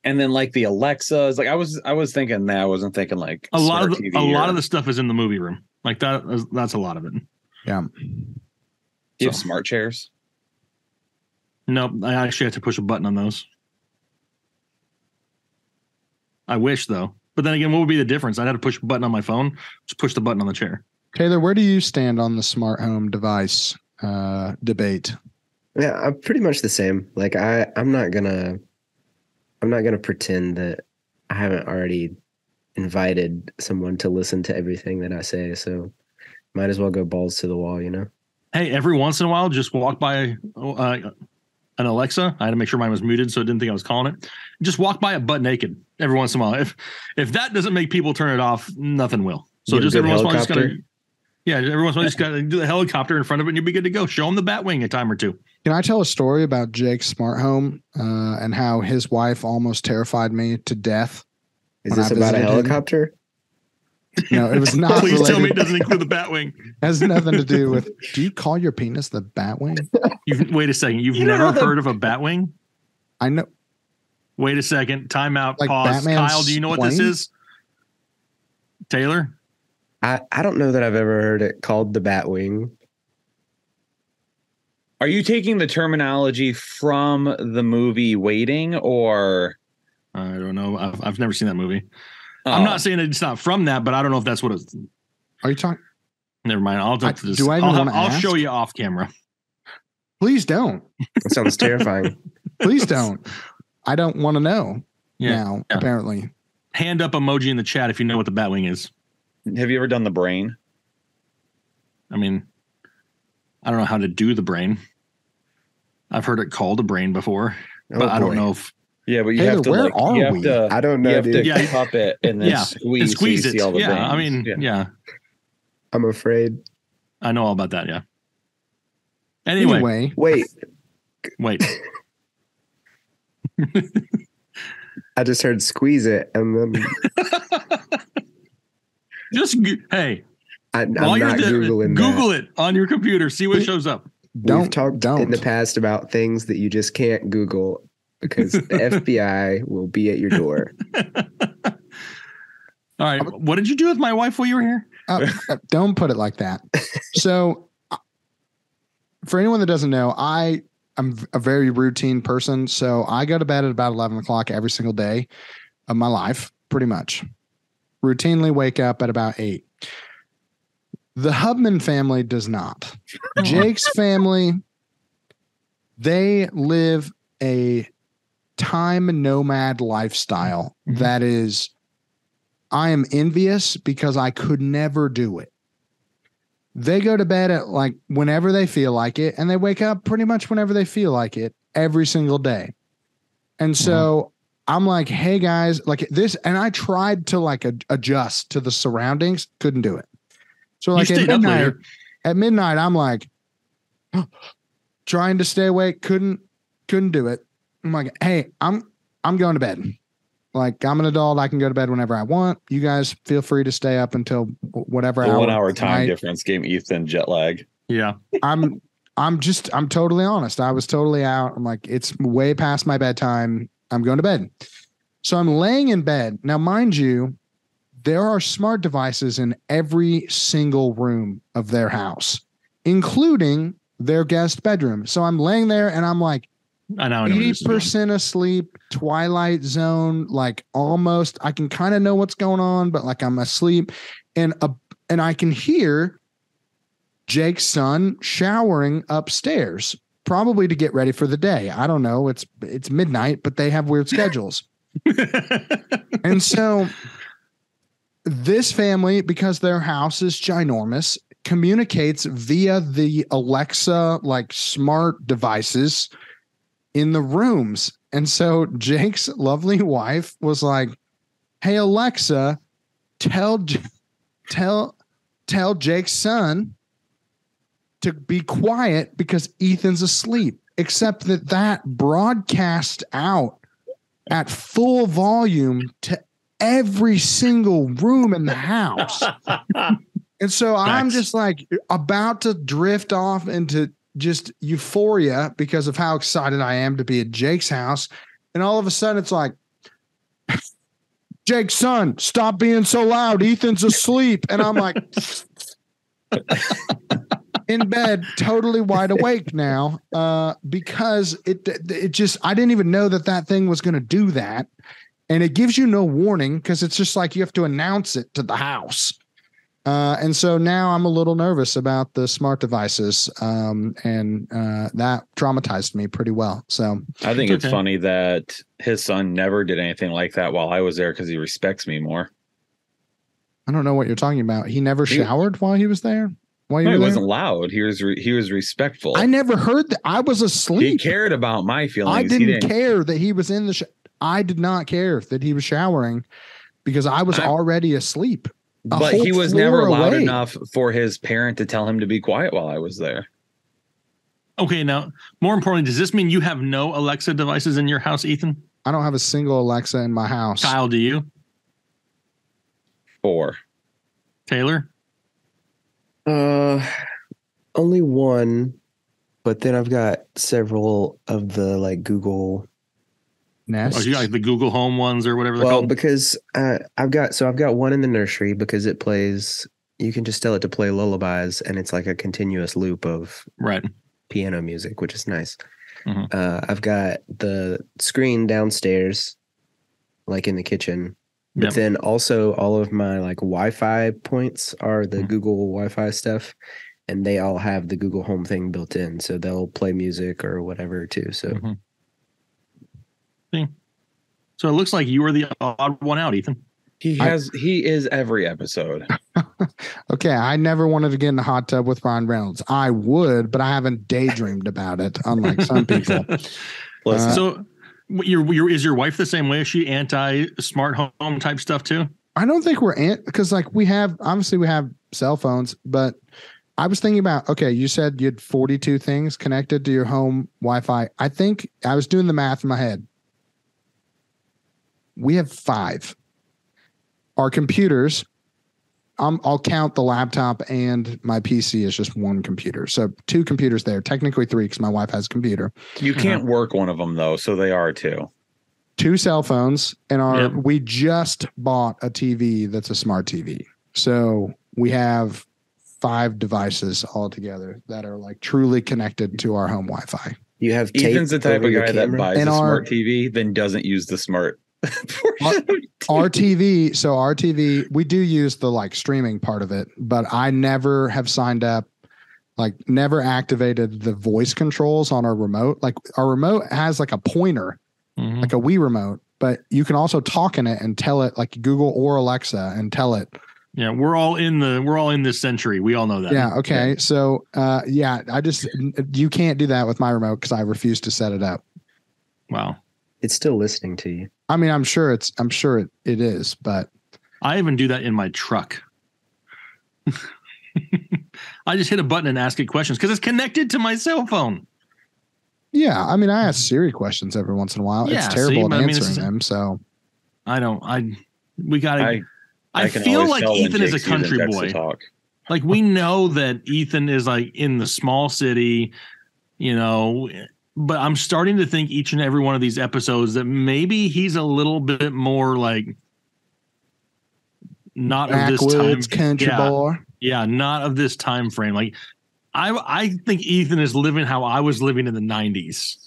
S4: And then like the Alexas, like I was, I was thinking that I wasn't thinking like
S2: a lot
S4: smart
S2: of the,
S4: TV
S2: a lot
S4: or
S2: of the stuff is in the movie room. Like that, is- that's a lot of it.
S4: do you have smart chairs.
S2: Nope, I actually have to push a button on those. I wish though. But then again, what would be the difference? I'd have to push a button on my phone, just push the button on the chair.
S1: Taylor, where do you stand on the smart home device uh, debate?
S3: Yeah, I'm pretty much the same. Like I, I'm not gonna, I'm not gonna pretend that I haven't already invited someone to listen to everything that I say. So might as well go balls to the wall, you know.
S2: Hey, every once in a while, just walk by uh, an Alexa. I had to make sure mine was muted, so it didn't think I was calling it. Just walk by it butt naked every once in a while. If if that doesn't make people turn it off, nothing will. So
S3: Get a
S2: just
S3: good
S2: every once in a while, just gotta,
S3: helicopter.
S2: yeah, every once in a while, just gotta do the helicopter in front of it, and you'll be good to go. Show them the Batwing a time or two.
S1: Can I tell a story about Jake's smart home uh, and how his wife almost terrified me to death?
S3: Is
S1: When
S3: this
S1: I
S3: about a
S1: visited him-
S3: helicopter?
S1: No,
S2: [LAUGHS]
S1: it was not.
S2: Please tell me
S1: related.
S2: it doesn't include the Batwing.
S1: has nothing to do with. Do you call your penis the Batwing?
S2: You've, wait a second. You've
S4: You don't
S2: never
S4: know the-
S2: heard of a Batwing?
S1: I know.
S2: Wait a second. Timeout.
S1: Like
S2: pause.
S1: Batman's
S2: Kyle, do you know what this
S1: plane?
S2: is? Taylor?
S3: I, I don't know that I've ever heard it called the Batwing.
S4: Are you taking the terminology from the movie Waiting or?
S2: I don't know. I've, I've never seen that movie.
S4: Oh.
S2: I'm not saying it's not from that, but I don't know if that's what it's.
S1: Are you talking?
S2: Never mind. I'll
S1: I-
S2: talk to this.
S1: do I even
S2: I'll, have-
S1: wanna
S2: I'll show
S1: ask?
S2: you off camera.
S1: Please don't.
S3: That [LAUGHS] sounds terrifying.
S2: [LAUGHS]
S1: Please don't. I don't want to know
S2: Yeah.
S1: now,
S2: Yeah.
S1: apparently.
S2: Hand up emoji in the chat if you know what the Batwing is.
S4: um, Have you ever done the brain?
S2: I mean, I don't know how to do the brain. I've heard it called a brain before,
S3: Oh,
S2: but I don't
S3: boy.
S2: know if
S4: Yeah, but you
S1: Taylor,
S4: have to.
S1: where
S4: like,
S1: are
S4: you have
S1: we?
S4: To,
S3: I don't
S4: you
S3: know,
S4: have
S3: dude.
S4: to
S2: Yeah.
S4: cup it and then
S2: Yeah.
S4: squeeze,
S2: and
S4: so
S2: squeeze
S4: you
S2: it.
S4: see all the
S2: Yeah, I
S4: veins.
S2: mean, yeah.
S3: I'm afraid.
S2: I know all about that. Yeah. Anyway,
S3: Wait,
S2: wait.
S3: I just heard squeeze it,
S2: [LAUGHS]
S3: and then
S2: Just g- hey,
S3: I, I'm
S2: while you're
S3: not
S2: there,
S3: googling. that.
S2: Google it on your computer. See what shows up.
S1: Don't-
S3: We've talked
S1: don't.
S3: in the past about things that you just can't Google because the
S1: [LAUGHS]
S3: FBI will be at your door.
S2: All right. What did you do with my wife while you were here?
S1: Uh, uh, don't put it like that. So, uh, for anyone that doesn't know, I am a very routine person. So I go to bed at about eleven o'clock every single day of my life, pretty much. Routinely wake up at about eight. The Hubman family does not. Jake's family, they live a time nomad lifestyle
S2: Mhm.
S1: that is I am envious because I could never do it. They go to bed at like whenever they feel like it, and they wake up pretty much whenever they feel like it every single day. And
S2: Mm-hmm.
S1: so I'm like, hey guys, like this, and I tried to like ad- adjust to the surroundings, couldn't do it. So like
S2: you
S1: at
S2: stayed up
S1: midnight,
S2: later.
S1: at midnight i'm like [GASPS] trying to stay awake couldn't couldn't do it i'm like hey i'm i'm going to bed like i'm an adult i can go to bed whenever i want you guys feel free to stay up until wh- whatever
S4: The
S1: hour
S4: one hour
S1: of
S4: time
S1: night."
S4: difference gave Ethan jet lag.
S2: Yeah.
S1: i'm i'm just i'm totally honest i was totally out i'm like it's way past my bedtime i'm going to bed so i'm laying in bed now mind you there are smart devices in every single room of their house, including their guest bedroom. So I'm laying there and I'm like
S2: I know. I know what this
S1: eighty
S2: is doing.
S1: percent asleep, twilight zone, like almost. I can kind of know what's going on, but like I'm asleep, and a, and I can hear Jake's son showering upstairs, probably to get ready for the day. I don't know. It's it's midnight, but they have weird schedules.
S2: [LAUGHS]
S1: and so this family, because their house is ginormous, communicates via the Alexa like smart devices in the rooms. And so Jake's lovely wife was like, "Hey Alexa, tell J- tell tell Jake's son to be quiet because Ethan's asleep." Except that that broadcast out at full volume to every single room in the house. and so I'm
S2: Facts.
S1: just like about to drift off into just euphoria because of how excited I am to be at Jake's house. And all of a sudden it's like, [LAUGHS] Jake's son, stop being so loud. Ethan's asleep. And I'm like, in bed, totally wide awake now, uh, because it it just I didn't even know that that thing was going to do that, and it gives you no warning because it's just like you have to announce it to the house, uh, and so now I'm a little nervous about the smart devices, um, and uh, that traumatized me pretty well. So
S4: I think
S2: It's
S4: it's
S2: okay.
S4: funny that his son never did anything like that while I was there because he respects me more.
S1: I don't know what you're talking about. He never
S4: He-
S1: showered while he was there. While you
S4: No,
S1: were
S4: he
S1: there?
S4: wasn't loud. He was re- he was respectful.
S1: I never heard that. I was
S4: he
S1: asleep.
S4: cared about my feelings.
S1: I
S4: He
S1: didn't, care that he was in the. Sh- I did not care that he was showering because I was
S4: I-
S1: already asleep. a
S4: but
S1: whole
S4: he was never
S1: floor
S4: loud
S1: away.
S4: enough for his parent to tell him to be quiet while I was there.
S2: okay. Now, more importantly, does this mean you have no Alexa devices in your house, Ethan?
S1: I don't have a single Alexa in my house.
S2: Kyle, do you?
S4: Four.
S2: Taylor?
S3: Uh, only one, but then I've got several of the like Google.
S1: Nest.
S2: Oh, you got like the Google Home ones or whatever they're
S3: Well,
S2: called?
S3: because uh, I've got so I've got one in the nursery because it plays. You can just tell it to play lullabies, and it's like a continuous loop of
S2: Right.
S3: piano music, which is nice.
S2: Mhm.
S3: Uh, I've got the screen downstairs, like in the kitchen, But
S2: Yep.
S3: then also all of my like Wi-Fi points are the
S2: Mhm.
S3: Google Wi-Fi stuff, and they all have the Google Home thing built in, so they'll play music or whatever too. So
S2: Mhm. See? So it looks like you are the odd one out, Ethan.
S4: He
S1: I-
S4: has he is every episode.
S1: Okay, I never wanted to get in the hot tub with Ryan Reynolds. I would, but I haven't daydreamed about it, unlike
S4: [LAUGHS]
S1: some people.
S4: Listen,
S1: Uh,
S2: so what, your, your is your wife the same way? Is she anti smart home type stuff too?
S1: I don't think we're ant because like we have obviously we have cell phones, but I was thinking about okay, you said you had 42 things connected to your home Wi-Fi. I think I was doing the math in my head. We have five. Our computers. Um, I'll count the laptop and my PC is just one computer. So two computers there, technically three because my wife has a computer.
S4: you can't work one of them though, so they are too.
S1: two cell phones and our
S2: Yep.
S1: we just bought a TV that's a smart TV. So we have five devices all together that are like truly connected to our home Wi-Fi.
S3: you have tape
S4: Ethan's the type
S3: over
S4: of
S3: your
S4: guy that
S3: camera?
S4: buys
S1: And
S4: a
S1: our-
S4: smart TV, then doesn't use the smart. [LAUGHS] portion of
S1: Our TV, so our TV, we do use the like streaming part of it, but I never have signed up like never activated the voice controls on our remote. Like our remote has like a pointer
S2: Mm-hmm.
S1: like a Wii remote, but you can also talk in it and tell it like Google or Alexa and tell it
S2: Yeah, we're all in the we're all in this century. We all know that. [LAUGHS]
S1: Yeah. Okay. So, uh, yeah, I just you can't do that with my remote because I refuse to set it up.
S2: Wow.
S3: It's still listening to you.
S1: I mean, I'm sure it's I'm sure it, it is, but
S2: I even do that in my truck. [LAUGHS] I just hit a button and ask it questions because it's connected to my cell phone.
S1: yeah, I mean, I ask Siri questions every once in a while.
S2: Mm-hmm. Yeah,
S1: it's
S2: see,
S1: terrible
S2: but I
S1: at
S2: mean, this
S1: answering
S2: is-
S1: them. So
S2: I don't. I we gotta. I,
S4: I, I can
S2: feel
S4: always
S2: like
S4: tell when
S2: Ethan is a
S4: Jake's using
S2: country
S4: text to
S2: boy.
S4: Talk.
S2: Like we know that Ethan is like in the small city, you know. But I'm starting to think each and every one of these episodes that maybe he's a little bit more like not of this time.
S1: backwoods country
S2: Yeah.
S1: boy.
S2: Yeah, not of this time frame. Like I I think Ethan is living how I was living in the 90s.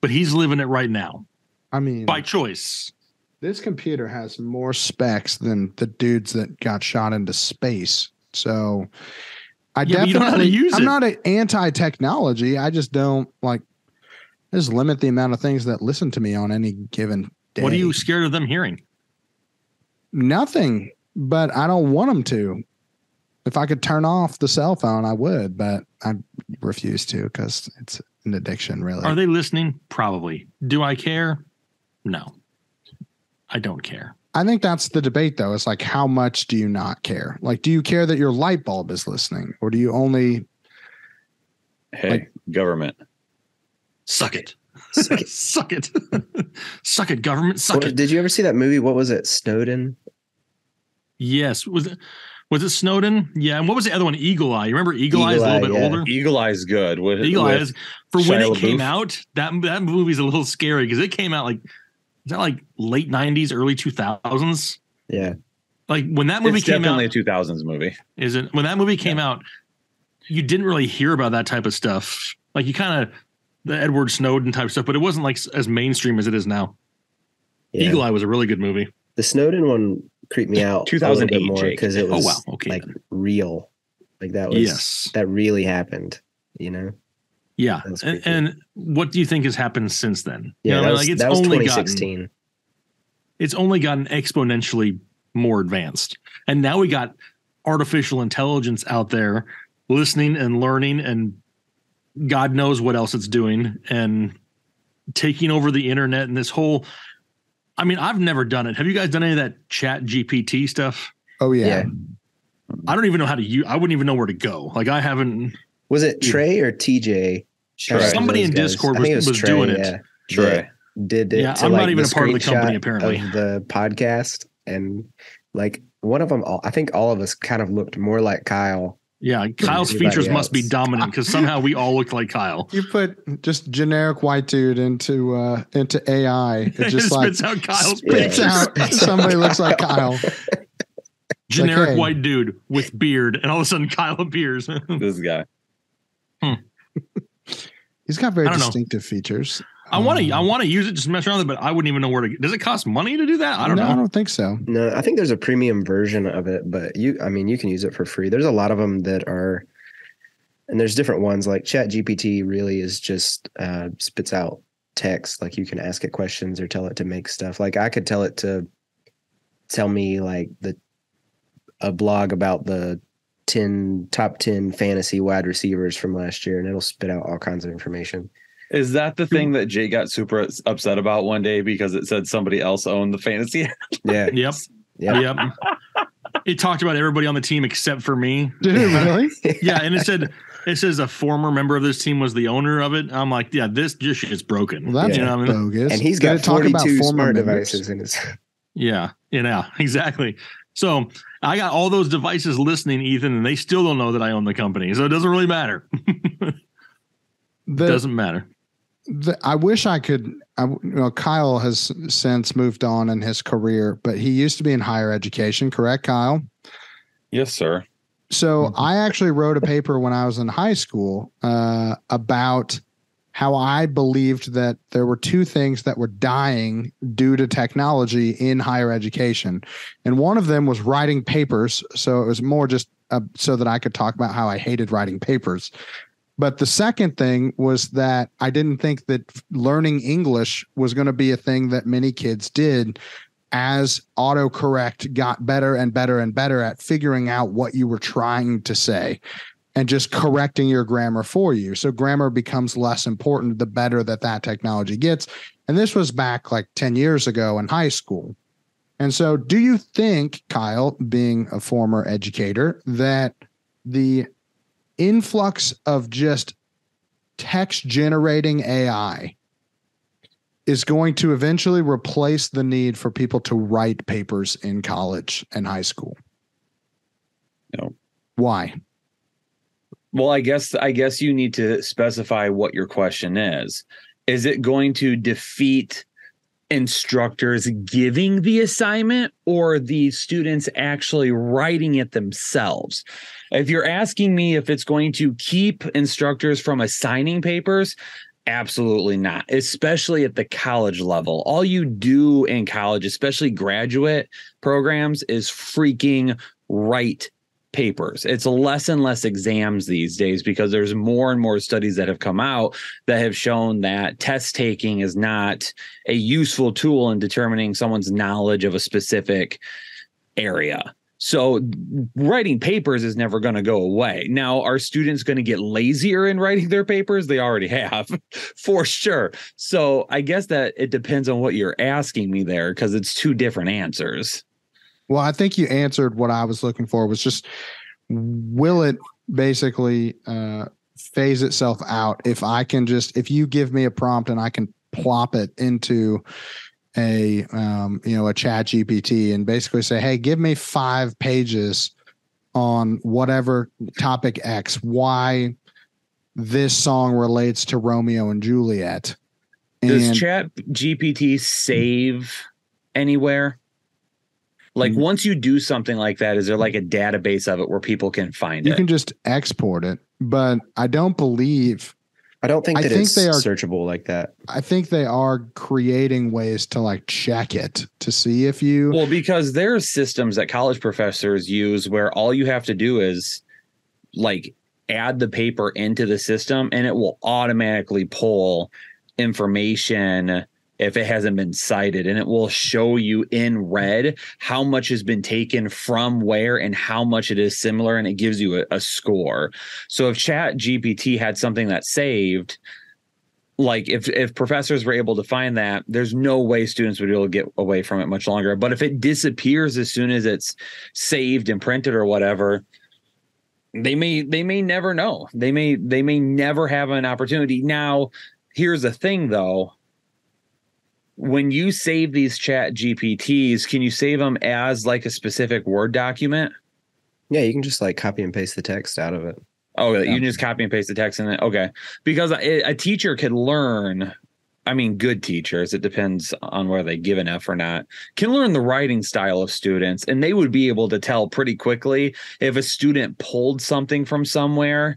S2: But he's living it right now
S1: I mean,
S2: by choice.
S1: this computer has more specs than the dudes that got shot into space. So I
S2: Yeah,
S1: definitely
S2: but you don't know how to use
S1: I'm
S2: it.
S1: not a anti technology. I just don't like I just limit the amount of things that listen to me on any given day.
S2: What are you scared of them hearing?
S1: Nothing, but I don't want them to. If I could turn off the cell phone, I would, but I refuse to because it's an addiction, really.
S2: Are they listening? Probably. Do I care? No. I don't care.
S1: I think that's the debate, though. It's like, how much do you not care? Like, do you care that your light bulb is listening, or do you only
S4: Hey,
S1: Like-
S4: government.
S2: Suck it.
S3: Suck
S2: [LAUGHS]
S3: it.
S2: Suck it. Suck it, government. Suck
S3: What-
S2: it.
S3: Did you ever see that movie? What was it? Snowden.
S2: Yes. Was it was it Snowden? Yeah. And what was the other one? Eagle Eye. You remember Eagle, Eye is a
S3: Eagle
S2: little
S3: Eye,
S2: bit
S3: yeah.
S2: older?
S4: Eagle Eye's good. With,
S2: Eagle
S4: with-
S2: Eyes. For when
S4: Shia
S2: it came
S4: LaBeouf.
S2: out, that that movie's a little scary because it came out like is that like late '90s, early 2000s?
S3: Yeah.
S2: Like when that movie
S4: it's
S2: came out,
S4: definitely a 2000s movie.
S2: is it when that movie came out? You didn't really hear about that type of stuff. Like you kind of the Edward Snowden type stuff, but it wasn't like s- as mainstream as it is now.
S3: yeah.
S2: Eagle Eye was a really good movie.
S3: The Snowden one creeped me out a little bit
S4: 2008,
S3: more
S4: Jake.
S3: because it
S2: Oh
S3: was
S2: wow, okay,
S3: like real. Like that was
S2: yes,
S3: that really happened, you know?
S2: yeah.
S3: that was
S2: And,
S3: creepy.
S2: and what do you think has happened since then? You
S3: Yeah,
S2: know,
S3: that was,
S2: like it's
S3: that was
S2: only gotten
S3: 2016.
S2: it's only gotten exponentially more advanced. And now we got artificial intelligence out there listening and learning and God knows what else it's doing and taking over the internet and this whole I mean, I've never done it. Have you guys done any of that chat GPT stuff?
S1: Oh yeah.
S3: Yeah.
S2: I don't even know how to use I wouldn't even know where to go. Like I haven't
S3: Was it Trey or TJ?
S4: Sure.
S3: Or
S2: Somebody
S3: those
S2: in Discord
S3: I think
S2: was- was doing it.
S4: Sure.
S3: that Did it?
S2: Yeah,
S3: to,
S2: I'm not
S3: like,
S2: even a part of the company,
S3: screenshot
S2: apparently.
S3: Of the podcast and like one of them, all, I think all of us kind of looked more like Kyle.
S2: yeah, Kyle's
S3: Everybody
S2: features must be
S3: else.
S2: dominant because somehow we all looked like Kyle.
S1: You put just generic white dude into uh into AI.
S2: [LAUGHS]
S1: It just like
S2: spits out Kyle's
S1: spits
S2: pictures.
S3: Yeah.
S1: out [LAUGHS] somebody looks like Kyle.
S2: generic
S1: hey.
S2: white dude with beard, and all of a sudden Kyle appears.
S4: This guy.
S1: He's got very
S2: I don't know.
S1: distinctive features. Um,
S2: I want to I want to use it just to mess around with it, but I wouldn't even know where to. Does it cost money to do that? I don't
S1: No, I
S2: know.
S1: don't think so.
S3: No, I think there's a premium version of it, but you, I mean, you can use it for free. There's a lot of them that are, and there's different ones like Chat GPT really is just uh, spits out text. Like you can ask it questions or tell it to make stuff. Like I could tell it to tell me like the a blog about the ten top ten fantasy wide receivers from last year, and it'll spit out all kinds of information.
S4: Is that the thing that Jay got super upset about one day because it said somebody else owned the fantasy? [LAUGHS]
S3: Yeah,
S2: Yep.
S3: Yeah.
S1: [LAUGHS]
S2: Yep. it talked about everybody on the team except for me.
S1: Did it really?
S2: Yeah, and it said it says a former member of this team was the owner of it. I'm like, yeah, this just shit's broken.
S1: Well, that's
S2: you know what I mean?
S1: bogus.
S3: and he's
S1: Did
S3: got
S1: it talk
S3: forty
S1: about
S3: two
S1: former
S3: smart
S1: members?
S3: devices in his.
S2: Yeah. Yeah. [LAUGHS] Exactly. So I got all those devices listening, Ethan, and they still don't know that I own the company. So it doesn't really matter.
S1: The-
S2: doesn't matter.
S1: the, I wish I could. I, you know, Kyle has since moved on in his career, but he used to be in higher education, correct, Kyle?
S4: yes, sir.
S1: So I actually wrote a paper when I was in high school uh, about how I believed that there were two things that were dying due to technology in higher education. And one of them was writing papers. So it was more just uh, so that I could talk about how I hated writing papers. But the second thing was that I didn't think that f- learning English was going to be a thing that many kids did as autocorrect got better and better and better at figuring out what you were trying to say and just correcting your grammar for you. So grammar becomes less important the better that that technology gets. And this was back like 10 years ago in high school. And so do you think, Kyle, being a former educator, that the influx of just text generating AI is going to eventually replace the need for people to write papers in college and high school.
S4: No.
S1: Why?
S4: Well, I guess I guess you need to specify what your question is. Is it going to defeat instructors giving the assignment or the students actually writing it themselves? If you're asking me if it's going to keep instructors from assigning papers, absolutely not, especially at the college level. All you do in college, especially graduate programs, is freaking write papers. It's less and less exams these days because there's more and more studies that have come out that have shown that test taking is not a useful tool in determining someone's knowledge of a specific area. So writing papers is never going to go away. Now, are students going to get lazier in writing their papers? They already have, [LAUGHS] for sure. So I guess that it depends on what you're asking me there because it's two different answers.
S1: Well, I think you answered what I was looking for was just will it basically uh, phase itself out if I can just if you give me a prompt and I can plop it into a um, you know a chat GPT and basically say, hey, give me five pages on whatever topic X, why this song relates to Romeo and Juliet.
S4: Does
S1: And-
S4: Chat GPT save anywhere? Like
S1: Mm.
S4: once you do something like that, is there like a database of it where people can find
S1: you
S4: it?
S1: can just export it but i don't believe
S3: I don't think
S1: I
S3: that
S1: think
S3: it's
S1: they are-
S3: searchable like that.
S1: i think they are creating ways to like check it to see if you
S4: well, because there are systems that college professors use where all you have to do is like add the paper into the system and it will automatically pull information if it hasn't been cited and it will show you in red how much has been taken from where and how much it is similar and it gives you a, a score so if chat gpt had something that saved like if if professors were able to find that there's no way students would be able to get away from it much longer but if it disappears as soon as it's saved and printed or whatever they may they may never know they may they may never have an opportunity now here's the thing though when you save these chat gpts can you save them as like a specific word document
S3: Yeah, you can just like copy and paste the text out of it.
S4: Oh, you
S3: Yeah.
S4: can just copy and paste the text in it. Okay, because a, a teacher could learn. I mean, good teachers. It depends on whether they give an F or not. Can learn the writing style of students, and they would be able to tell pretty quickly if a student pulled something from somewhere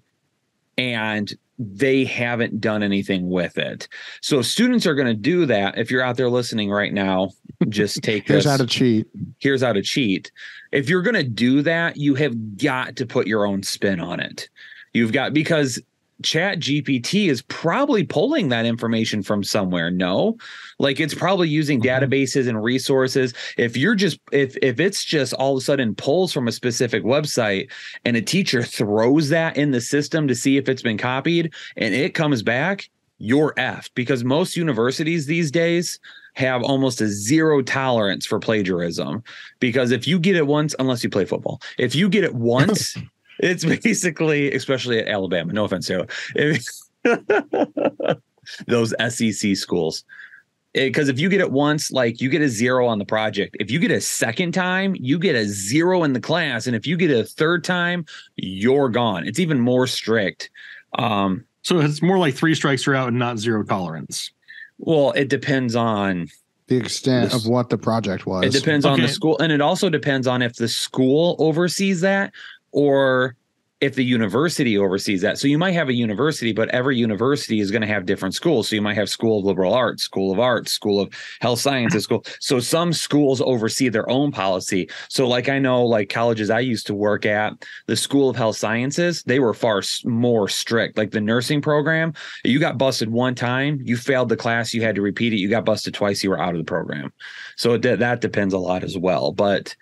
S4: and they haven't done anything with it. So students are going to do that. If you're out there listening right now, just
S1: [LAUGHS]
S4: take
S1: Here's
S4: this.
S1: how to cheat.
S4: here's how to cheat. If you're going to do that, you have got to put your own spin on it. You've got because Chat GPT is probably pulling that information from somewhere. No, like it's probably using databases and resources. If you're just if if it's just all of a sudden pulls from a specific website and a teacher throws that in the system to see if it's been copied and it comes back, you're effed because most universities these days have almost a zero tolerance for plagiarism because if you get it once, unless you play football, if you get it once, it's basically, especially at Alabama, no offense, Taylor, if, [LAUGHS] those SEC schools. Because if you get it once, like you get a zero on the project. If you get a second time, you get a zero in the class. And if you get a third time, you're gone. It's even more strict. Um,
S2: So it's more like three strikes are out and not zero tolerance.
S4: well, it depends on
S1: The extent
S4: This-
S1: of what the project was.
S4: It depends on the
S2: Okay.
S4: school, and it also depends on if the school oversees that or if the university oversees that. So you might have a university, but every university is going to have different schools. So you might have school of liberal arts, school of arts, school of health sciences, school. So some schools oversee their own policy. So like I know, like colleges I used to work at, the school of health sciences, they were far s- more strict. Like the nursing program, you got busted one time, you failed the class, you had to repeat it. You got busted twice, you were out of the program. So it, de- that depends a lot as well. But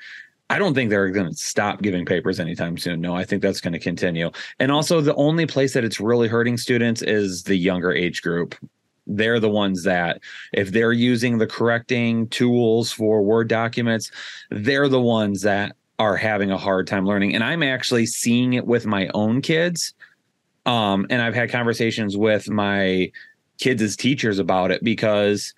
S4: I don't think they're going to stop giving papers anytime soon. No, I think that's going to continue. And also, the only place that it's really hurting students is the younger age group. They're the ones that, if they're using the correcting tools for Word documents, they're the ones that are having a hard time learning. And I'm actually seeing it with my own kids. Um, and I've had conversations with my kids as teachers about it because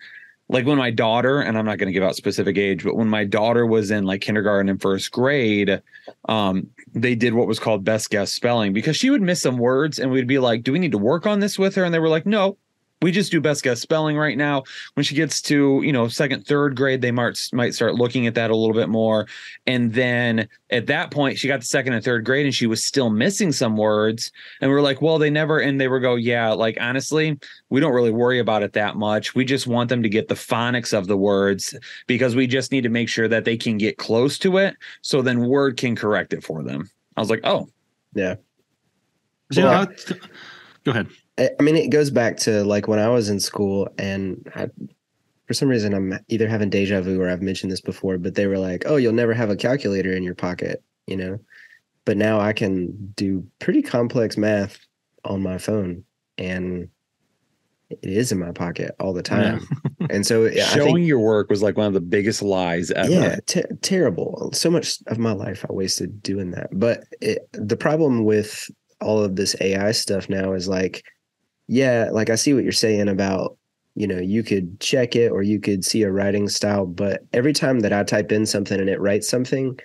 S4: like when my daughter and i'm not going to give out specific age but when my daughter was in like kindergarten and first grade um, they did what was called best guess spelling because she would miss some words and we'd be like do we need to work on this with her and they were like no we just do best guess spelling right now when she gets to you know second third grade they might might start looking at that a little bit more and then at that point she got to second and third grade and she was still missing some words and we were like well they never and they were go yeah like honestly we don't really worry about it that much. We just want them to get the phonics of the words because we just need to make sure that they can get close to it. So then Word can correct it for them. I was like, oh,
S2: So
S3: Well-
S2: how- go ahead.
S3: I I mean, it goes back to like when I was in school, and I, for some reason, I'm either having deja vu or I've mentioned this before, but they were like, "Oh, you'll never have a calculator in your pocket," you know. But now I can do pretty complex math on my phone, and it is in my pocket all the
S2: Yeah.
S3: time. and so,
S4: [LAUGHS]
S3: yeah, I
S4: showing
S3: think,
S4: your work was like one of the biggest lies ever.
S3: yeah, ter- terrible. So much of my life I wasted doing that. But it, the problem with all of this AI stuff now is like, yeah, like I see what you're saying about, you know, you could check it or you could see a writing style, but every time that I type in something and it writes something,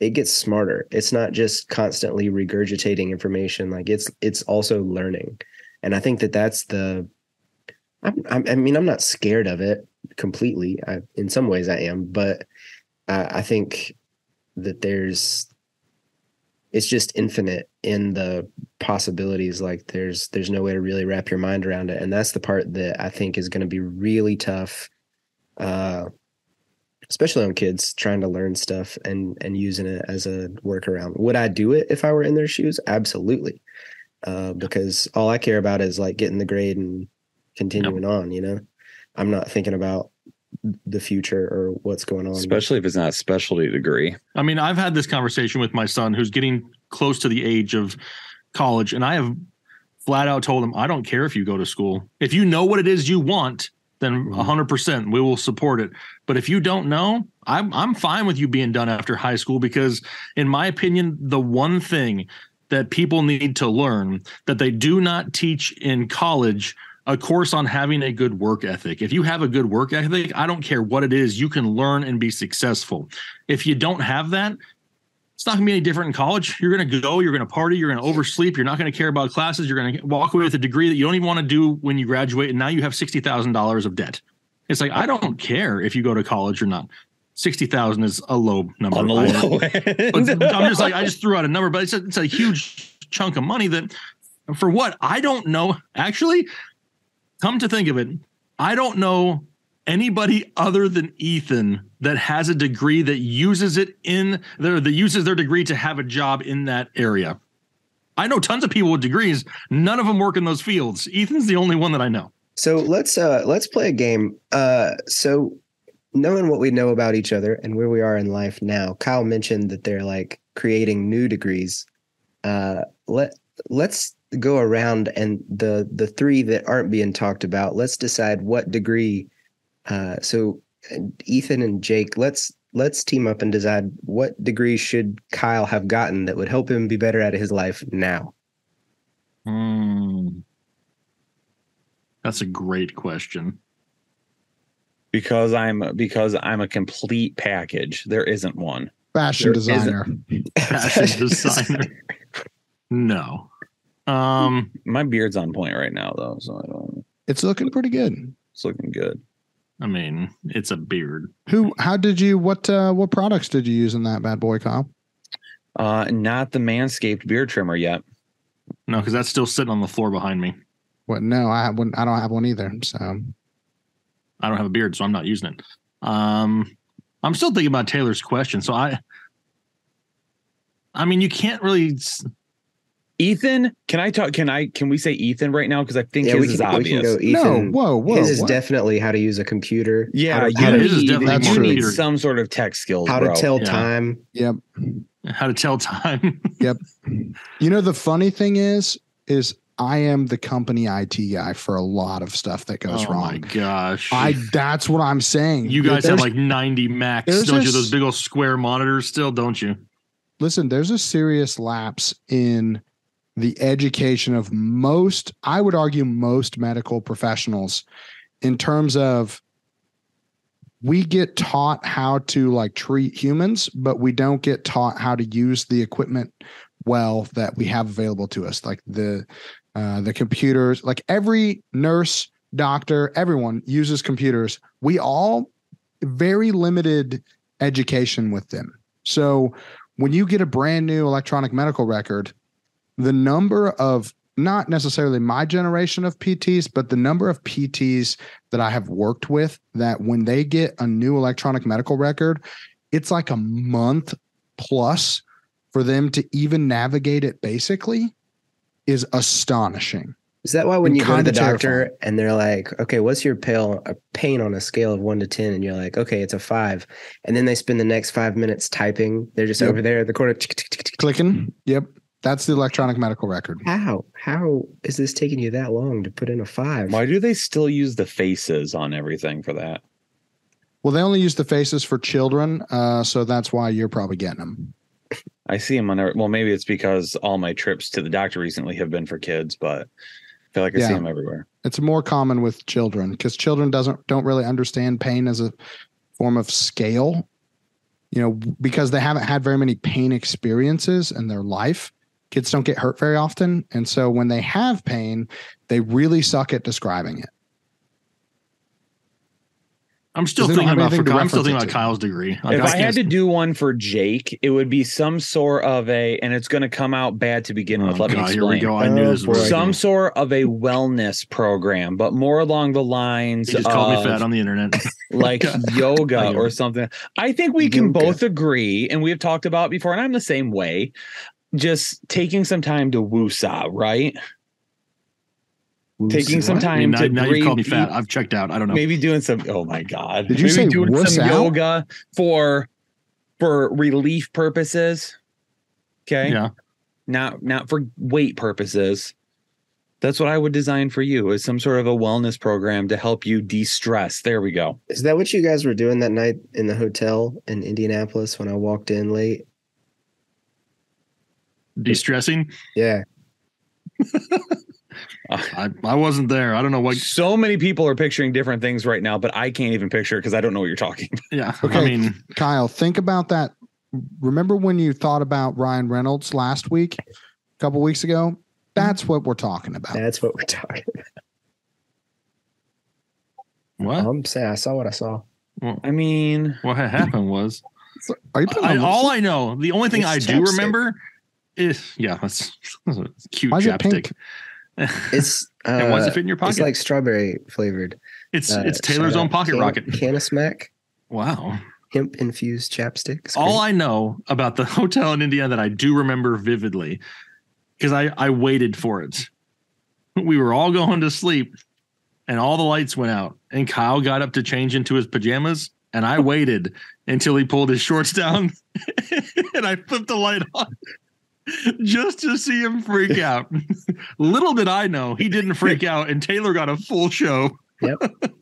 S3: it gets smarter. It's not just constantly regurgitating information. Like it's it's also learning, and I think that that's the. I'm, I'm, I mean, I'm not scared of it completely. I, in some ways, I am, but I, I think that there's it's just infinite in the possibilities like there's there's no way to really wrap your mind around it and that's the part that i think is going to be really tough uh especially on kids trying to learn stuff and and using it as a workaround would i do it if i were in their shoes absolutely uh because all i care about is like getting the grade and continuing on you know i'm not thinking about the future or what's going on
S4: Especially if it's not a specialty degree.
S2: I mean, I've had this conversation with my son who's getting close to the age of college, and I have flat out told him, I don't care if you go to school. If you know what it is you want, then
S3: Mhm.
S2: 100% we will support it. But if you don't know, I'm, I'm fine with you being done after high school because, in my opinion, the one thing that people need to learn that they do not teach in college a course on having a good work ethic. If you have a good work ethic, I don't care what it is, you can learn and be successful. If you don't have that, it's not going to be any different in college. You're going to go, you're going to party, you're going to oversleep, you're not going to care about classes, you're going to walk away with a degree that you don't even want to do when you graduate and now you have $60,000 of debt. It's like I don't care if you go to college or not. 60,000 is a low number.
S4: On the
S2: I-
S4: low
S2: but
S4: end. [LAUGHS]
S2: I'm just like I just threw out a number, but it's a, it's a huge chunk of money that For what? I don't know. Actually, come to think of it, I don't know anybody other than Ethan that has a degree that uses it in their that uses their degree to have a job in that area. I know tons of people with degrees. None of them work in those fields. Ethan's the only one that I know.
S3: So let's uh let's play a game. Uh so knowing what we know about each other and where we are in life now, Kyle mentioned that they're like creating new degrees. Uh let let's go around and the the three that aren't being talked about, let's decide what degree uh so uh, Ethan and Jake, let's let's team up and decide what degree should Kyle have gotten that would help him be better at his life now.
S2: Hmm. That's a great question.
S4: because I'm because I'm a complete package. There isn't one.
S1: Fashion
S4: There
S1: designer.
S3: [LAUGHS]
S2: Fashion designer. No. Um,
S4: My beard's on point right now though, so I don't.
S1: It's looking pretty good.
S4: It's looking good.
S2: I mean, it's a beard.
S1: Who? How did you? What? Uh, what products did you use in that bad boy, Kyle?
S4: Uh, not the manscaped beard trimmer yet.
S2: No, because that's still sitting on the floor behind me.
S1: What? No, I wouldn't. I don't have one either. So
S2: I don't have a beard, so I'm not using it. Um, I'm still thinking about Taylor's question. So I, I mean, you can't really. s-
S4: Ethan, can I talk? Can I? Can we say Ethan right now? Because I think
S3: Yeah,
S4: his
S3: we
S4: is
S3: can, we
S4: obvious.
S3: can go
S1: no.
S3: Ethan.
S1: Whoa, whoa.
S3: His is
S1: what?
S3: definitely how to use a computer.
S4: Yeah,
S3: how
S4: you
S3: to, how to,
S2: his is
S4: need,
S2: definitely
S4: you
S1: more
S4: need
S2: computer.
S4: some sort of tech skills,
S3: how to
S4: bro.
S3: tell
S2: Yeah.
S3: time.
S1: Yep.
S2: How to tell [LAUGHS] time?
S1: You know the funny thing is, is I am the company IT guy for a lot of stuff that goes
S2: oh my
S1: wrong.
S2: gosh!
S1: I. That's what I'm saying.
S2: you guys have
S1: There's-
S2: like 90 max,
S1: there's
S2: don't you?
S1: this-
S2: Those big old square monitors, still, don't you?
S1: listen, there's a serious lapse in the education of most, I would argue, most medical professionals in terms of we get taught how to like treat humans, but we don't get taught how to use the equipment well that we have available to us, like the uh, the computers, like every nurse, doctor, everyone uses computers. We all very limited education with them. So when you get a brand new electronic medical record, the number of not necessarily my generation of PTs, but the number of PTs that I have worked with that when they get a new electronic medical record, it's like a month plus for them to even navigate it basically is astonishing.
S3: Is that why when
S1: And
S3: you go to
S1: kinda
S3: the doctor and they're like, okay, what's your pill, a pain on a scale of one to 10? And you're like, okay, it's a five. And then they spend the next five minutes typing. They're just
S1: Yep.
S3: over there at the corner. tick, tick, tick, tick, tick.
S1: Clicking. Yep. That's the electronic medical record.
S3: How? How is this taking you that long to put in a five?
S4: Why do they still use the faces on everything for that?
S1: Well, they only use the faces for children. Uh, so that's why you're probably getting them.
S4: I see him on every. Well, maybe it's because all my trips to the doctor recently have been for kids, but I feel like I see
S1: Yeah.
S4: him everywhere.
S1: it's more common with children because children doesn't don't really understand pain as a form of scale you know because they haven't had very many pain experiences in their life kids don't get hurt very often and so when they have pain they really suck at describing it
S2: I'm still
S1: Because they
S2: thinking
S1: don't have
S2: about.
S1: anything to
S2: For, I'm still
S1: reference
S2: thinking
S1: it
S2: about
S1: to.
S2: Kyle's degree. Like,
S4: if I had
S2: can't-
S4: to do one for Jake, it would be some sort of a, and it's going to come out bad to begin
S2: oh,
S4: with. Let me
S2: God, here
S4: explain.
S2: we go. I knew
S3: Oh,
S2: this
S3: boy.
S2: was
S4: Some sort of a wellness program, but more along the lines
S2: He just called me
S4: of
S2: fat on the internet.
S4: like
S2: I
S4: yoga
S2: get
S4: or
S2: it.
S4: something. I think we can
S3: Yoga.
S4: both agree, and we've talked about it before, and I'm the same way. Just taking some time to woosah, right? Taking some
S1: What?
S2: I
S4: time
S2: mean, now,
S4: to
S2: now you've
S4: breathe
S2: called me fat.
S4: deep.
S2: I've checked out. I don't know.
S4: Maybe doing some. Oh my god!
S1: Did you
S4: Maybe
S1: say
S4: doing
S1: wuss
S4: some
S1: out?
S4: yoga for for relief purposes? Okay,
S2: Yeah.
S4: not not for weight purposes. That's what I would design for you is some sort of a wellness program to help you de-stress. There we go.
S3: Is that what you guys were doing that night in the hotel in Indianapolis when I walked in late?
S2: De-stressing.
S3: Yeah.
S2: I, I wasn't there. I don't know what.
S4: so many people are picturing different things right now, but I can't even picture it because I don't know what you're talking about.
S2: Yeah. I
S1: Okay.
S2: mean,
S1: kyle think about that remember when you thought about ryan reynolds last week a couple weeks ago that's what we're talking about
S3: That's what we're talking
S2: what?
S3: about. I'm saying I saw what I saw.
S2: Well,
S4: I mean,
S2: what had happened was
S1: are you putting
S2: I,
S1: on-
S2: all I know. The only thing
S3: It's
S2: I do
S3: chapstick.
S2: remember Eh, yeah, that's, that's a cute
S1: Why is it
S2: chapstick.
S1: pink?
S3: It's uh,
S2: and why does [LAUGHS] it fit in your
S3: it's
S2: pocket?
S3: like strawberry flavored.
S2: it's
S3: uh,
S2: it's Taylor's
S3: shout
S2: own
S3: out
S2: pocket
S3: Can-
S2: rocket.
S3: Canna Smack
S2: Wow.
S3: hemp infused chapsticks.
S2: All I know about the [LAUGHS] hotel in India that I do remember vividly, because I, I waited for it. We were all going to sleep and all the lights went out. And Kyle got up to change into his pajamas. And I waited until he pulled his shorts down [LAUGHS] and I flipped the light on [LAUGHS] just to see him
S4: [LAUGHS]
S2: freak out. Little did I know he didn't freak out, and Taylor got a full show. [LAUGHS]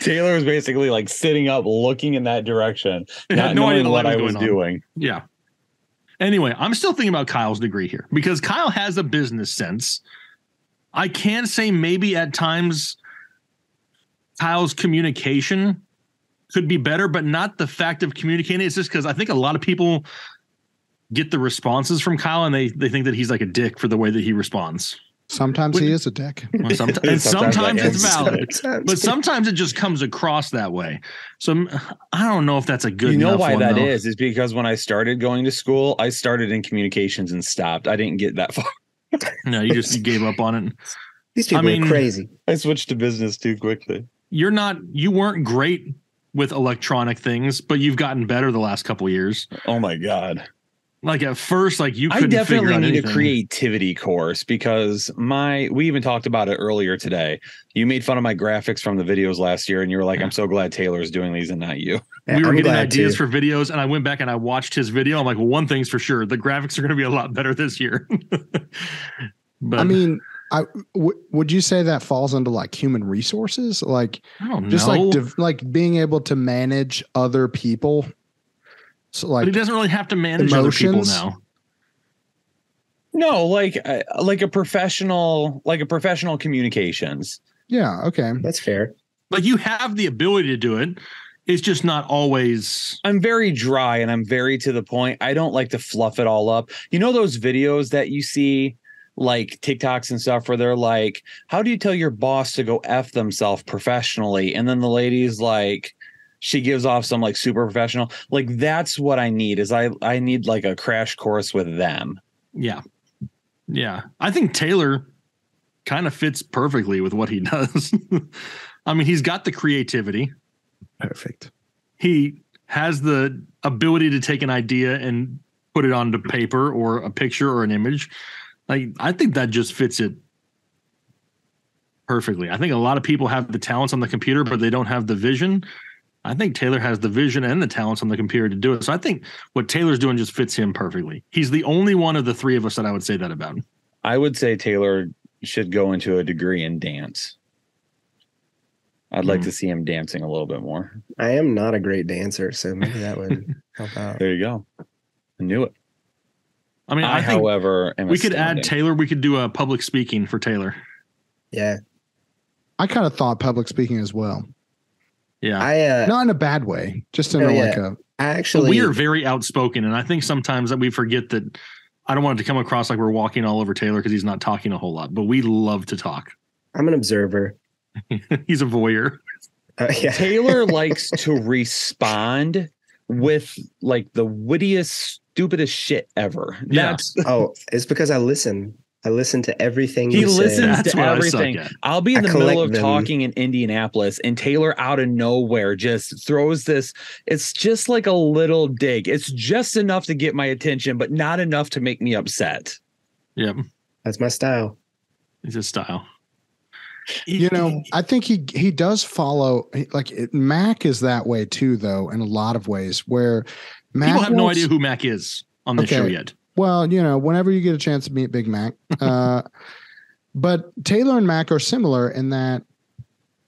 S4: Taylor was basically like sitting up, looking in that direction,
S2: I
S4: not
S2: had no idea
S4: knowing
S2: the
S4: what
S2: light
S4: [LAUGHS] I
S2: was
S4: was
S2: going on.
S4: doing.
S2: Yeah. Anyway, I'm still thinking about Kyle's degree here because Kyle has a business sense. I can say maybe at times Kyle's communication could be better, but not the fact of communicating. It's just because I think a lot of people get the responses from Kyle and they they think that he's like a dick for the way that he
S4: [LAUGHS]
S2: responds.
S1: Sometimes he
S2: Wouldn't-
S1: is a dick.
S2: Well, somet- and
S4: Sometimes
S2: sometimes
S3: [LAUGHS]
S4: I am.
S2: it's valid.
S4: [LAUGHS]
S3: Sometimes.
S2: But sometimes it just comes across that way. So mm, I don't know if that's a good.
S4: you know
S2: enough
S4: why
S2: one,
S4: that is?
S2: though.
S4: is? because when I started going to school, I started in communications and stopped. I didn't get that [LAUGHS] far.
S2: No, you just you gave up
S4: [LAUGHS]
S2: on it.
S3: these people
S2: mean-
S3: are crazy.
S4: I switched to business too quickly.
S2: you're not you weren't great with electronic things, but you've gotten better the last couple years.
S4: Oh my god.
S2: Like at first, like you
S4: I
S2: couldn't figure
S4: definitely
S2: out
S4: need
S2: anything.
S4: a creativity course because my we even talked about it earlier today. You made fun of my graphics from the videos last year and you were like, I'm so glad Taylor's doing these and not you.
S2: We were
S3: I'm
S2: getting
S3: glad
S2: ideas for
S3: to.
S2: videos, and I went back and I watched his video. I'm like, well, one thing's for sure, the graphics are going to be a lot better this year. [LAUGHS] but
S1: I mean, I w- would you say that falls into like human resources, like
S2: I don't
S1: just
S2: know.
S1: like div- like being able to manage other people. So
S2: but he
S1: like
S2: doesn't really have to manage other people
S1: emotions?
S2: now.
S4: No, like uh, like a professional like a professional communications.
S1: yeah, okay.
S3: That's fair.
S2: Like you have the ability to do it. It's just not always.
S4: I'm very dry and I'm very to the point. I don't like to fluff it all up. You know those videos that you see like TikToks and stuff where they're like, "How do you tell your boss to go f themselves professionally?" And then the lady's like she gives off some like super professional. Like that's what I need is I I need like a crash course with them.
S2: Yeah, yeah. I think Taylor kind of fits perfectly with what he [LAUGHS] does. I mean, he's got the creativity.
S1: Perfect.
S2: he has the ability to take an idea and put it onto paper or a picture or an image. Like I think that just fits it perfectly. I think a lot of people have the talents on the computer, but they don't have the vision. I think Taylor has the vision and the talents on the computer to do it. So I think what Taylor's doing just fits him perfectly. He's the only one of the three of us that I would say that about.
S4: I would say Taylor should go into a degree in dance. I'd like
S2: Hmm.
S4: to see him dancing a little bit more.
S3: I am not a great dancer, so maybe that
S2: [LAUGHS]
S3: would help out.
S4: There you go. I knew it.
S2: I mean,
S4: I,
S2: I, think
S4: however, am
S2: we could add
S4: astounded.
S2: Taylor. We could do a public speaking for Taylor.
S3: Yeah,
S1: I kind of thought public speaking as well,
S2: Yeah.
S3: I uh,
S1: not in a bad way, just in
S3: Oh,
S1: a,
S3: yeah.
S1: like a
S3: I
S2: But
S3: actually
S2: we are very outspoken, and I think sometimes that we forget that. I don't want it to come across like we're walking all over Taylor because he's not talking a whole lot, but we love to talk. [LAUGHS]
S3: I'm an observer.
S2: he's a voyeur.
S3: Uh, [LAUGHS] yeah,
S2: [LAUGHS]
S4: Taylor likes to respond with like the wittiest, stupidest shit ever.
S2: Yeah.
S4: That's
S3: oh, it's because I listen. I listen to everything
S4: He
S3: you say.
S4: listens.
S2: That's
S4: to
S2: what
S4: everything.
S2: I suck at.
S4: I'll be in
S3: I
S4: the middle
S3: collect
S4: of
S3: them.
S4: talking in Indianapolis, and Taylor out of nowhere just throws this. It's just like a little dig. It's just enough to get my attention, but not enough to make me upset.
S2: Yep,
S3: That's my style.
S2: it's his style.
S1: you know i think he he does follow like it, mac is that way too though in a lot of ways where mac
S2: people have no
S1: wants-
S2: idea who Mac is on this
S1: Okay.
S2: show yet.
S1: well you know whenever you get a chance to meet big mac uh but taylor and mac are similar in that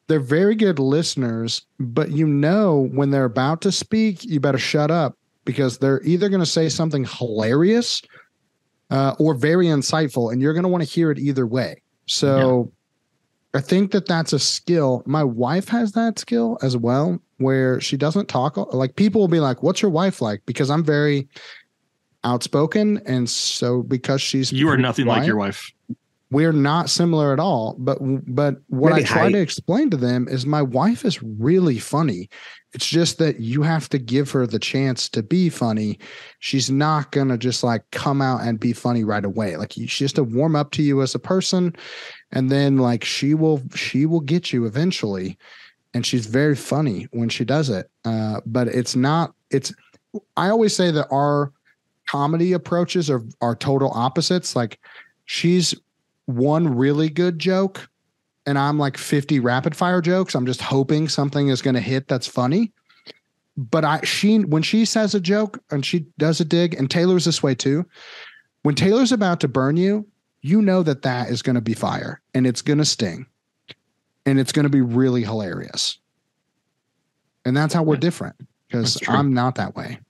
S1: they're very good listeners but you know when they're about to speak you better shut up because they're either going to say something hilarious uh, or very insightful and you're going to want to hear it either way so i think that that's a skill my wife has that skill as well where she doesn't talk like people will be like what's your wife like because i'm very outspoken and so because she's
S2: You are
S1: pretty
S2: nothing like
S1: quiet-
S2: your wife.
S1: we're not similar at all. But but what
S3: Maybe
S1: I try
S3: height.
S1: to explain to them is my wife is really funny. It's just that you have to give her the chance to be funny. She's not gonna just like come out and be funny right away. Like you- she has to warm up to you as a person, and then like she will she will get you eventually. And she's very funny when she does it. Uh, but it's not. It's I always say that our comedy approaches are are total opposites. Like she's one really good joke and I'm like 50 rapid fire jokes. I'm just hoping something is going to hit that's funny. But I she when she says a joke and she does a dig and Taylor's this way too. When Taylor's about to burn you, you know that that is going to be fire and it's going to sting. And it's going to be really hilarious. And that's how we're
S2: Yeah.
S1: different because
S2: That's true.
S1: I'm not that way. [LAUGHS]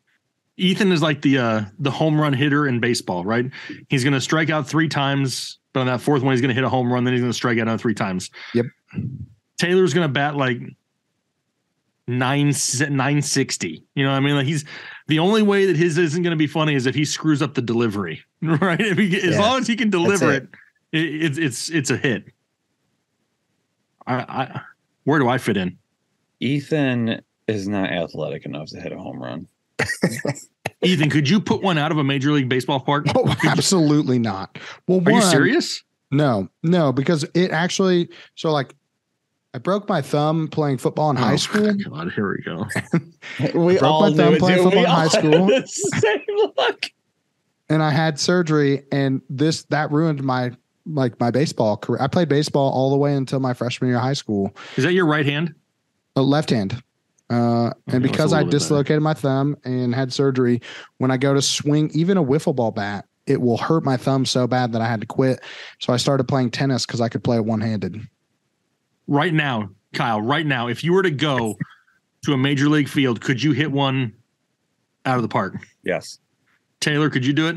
S2: Ethan is like the uh the home run hitter in baseball, right? He's gonna strike out three times, but on that fourth one, he's gonna hit a home run, then he's gonna strike out another three times.
S1: Yep.
S2: Taylor's gonna bat like nine nine sixty. You know what I mean? Like he's the only way that his isn't gonna be funny is if he screws up the delivery, [LAUGHS] right? If he, as
S3: Yeah.
S2: long as he can deliver
S3: it.
S2: it, it, it's it's it's a hit. I, I where do I fit in?
S4: Ethan is not athletic enough to hit a home run.
S2: Ethan, could you put one out of a major league baseball park? Are
S1: Oh, absolutely not. Well,
S2: you
S1: one,
S2: serious?
S1: No, no, because it actually so like I broke my thumb playing football in high
S2: Oh,
S1: school.
S2: [LAUGHS] God, here we go.
S3: We
S1: broke my thumb
S3: knew
S2: [LAUGHS]
S3: it,
S1: playing
S3: dude.
S1: football in high
S3: all had
S1: school.
S4: [LAUGHS]
S3: the same look.
S1: and I had surgery, and this that ruined my like my baseball career. I played baseball all the way until my freshman year of high school,
S2: Is that your right hand?
S1: uh, left hand. Uh,
S2: Okay,
S1: and
S2: that's
S1: because
S2: Mm-hmm. a
S1: I
S2: little bit better.
S1: dislocated my thumb and had surgery, when I go to swing even a wiffle ball bat, it will hurt my thumb so bad that I had to quit. So I started playing tennis because I could play it one handed.
S2: Right now, Kyle, right now, if you were to go to a major league field, could you hit one out of the park?
S4: Yes.
S2: Taylor, could you do it?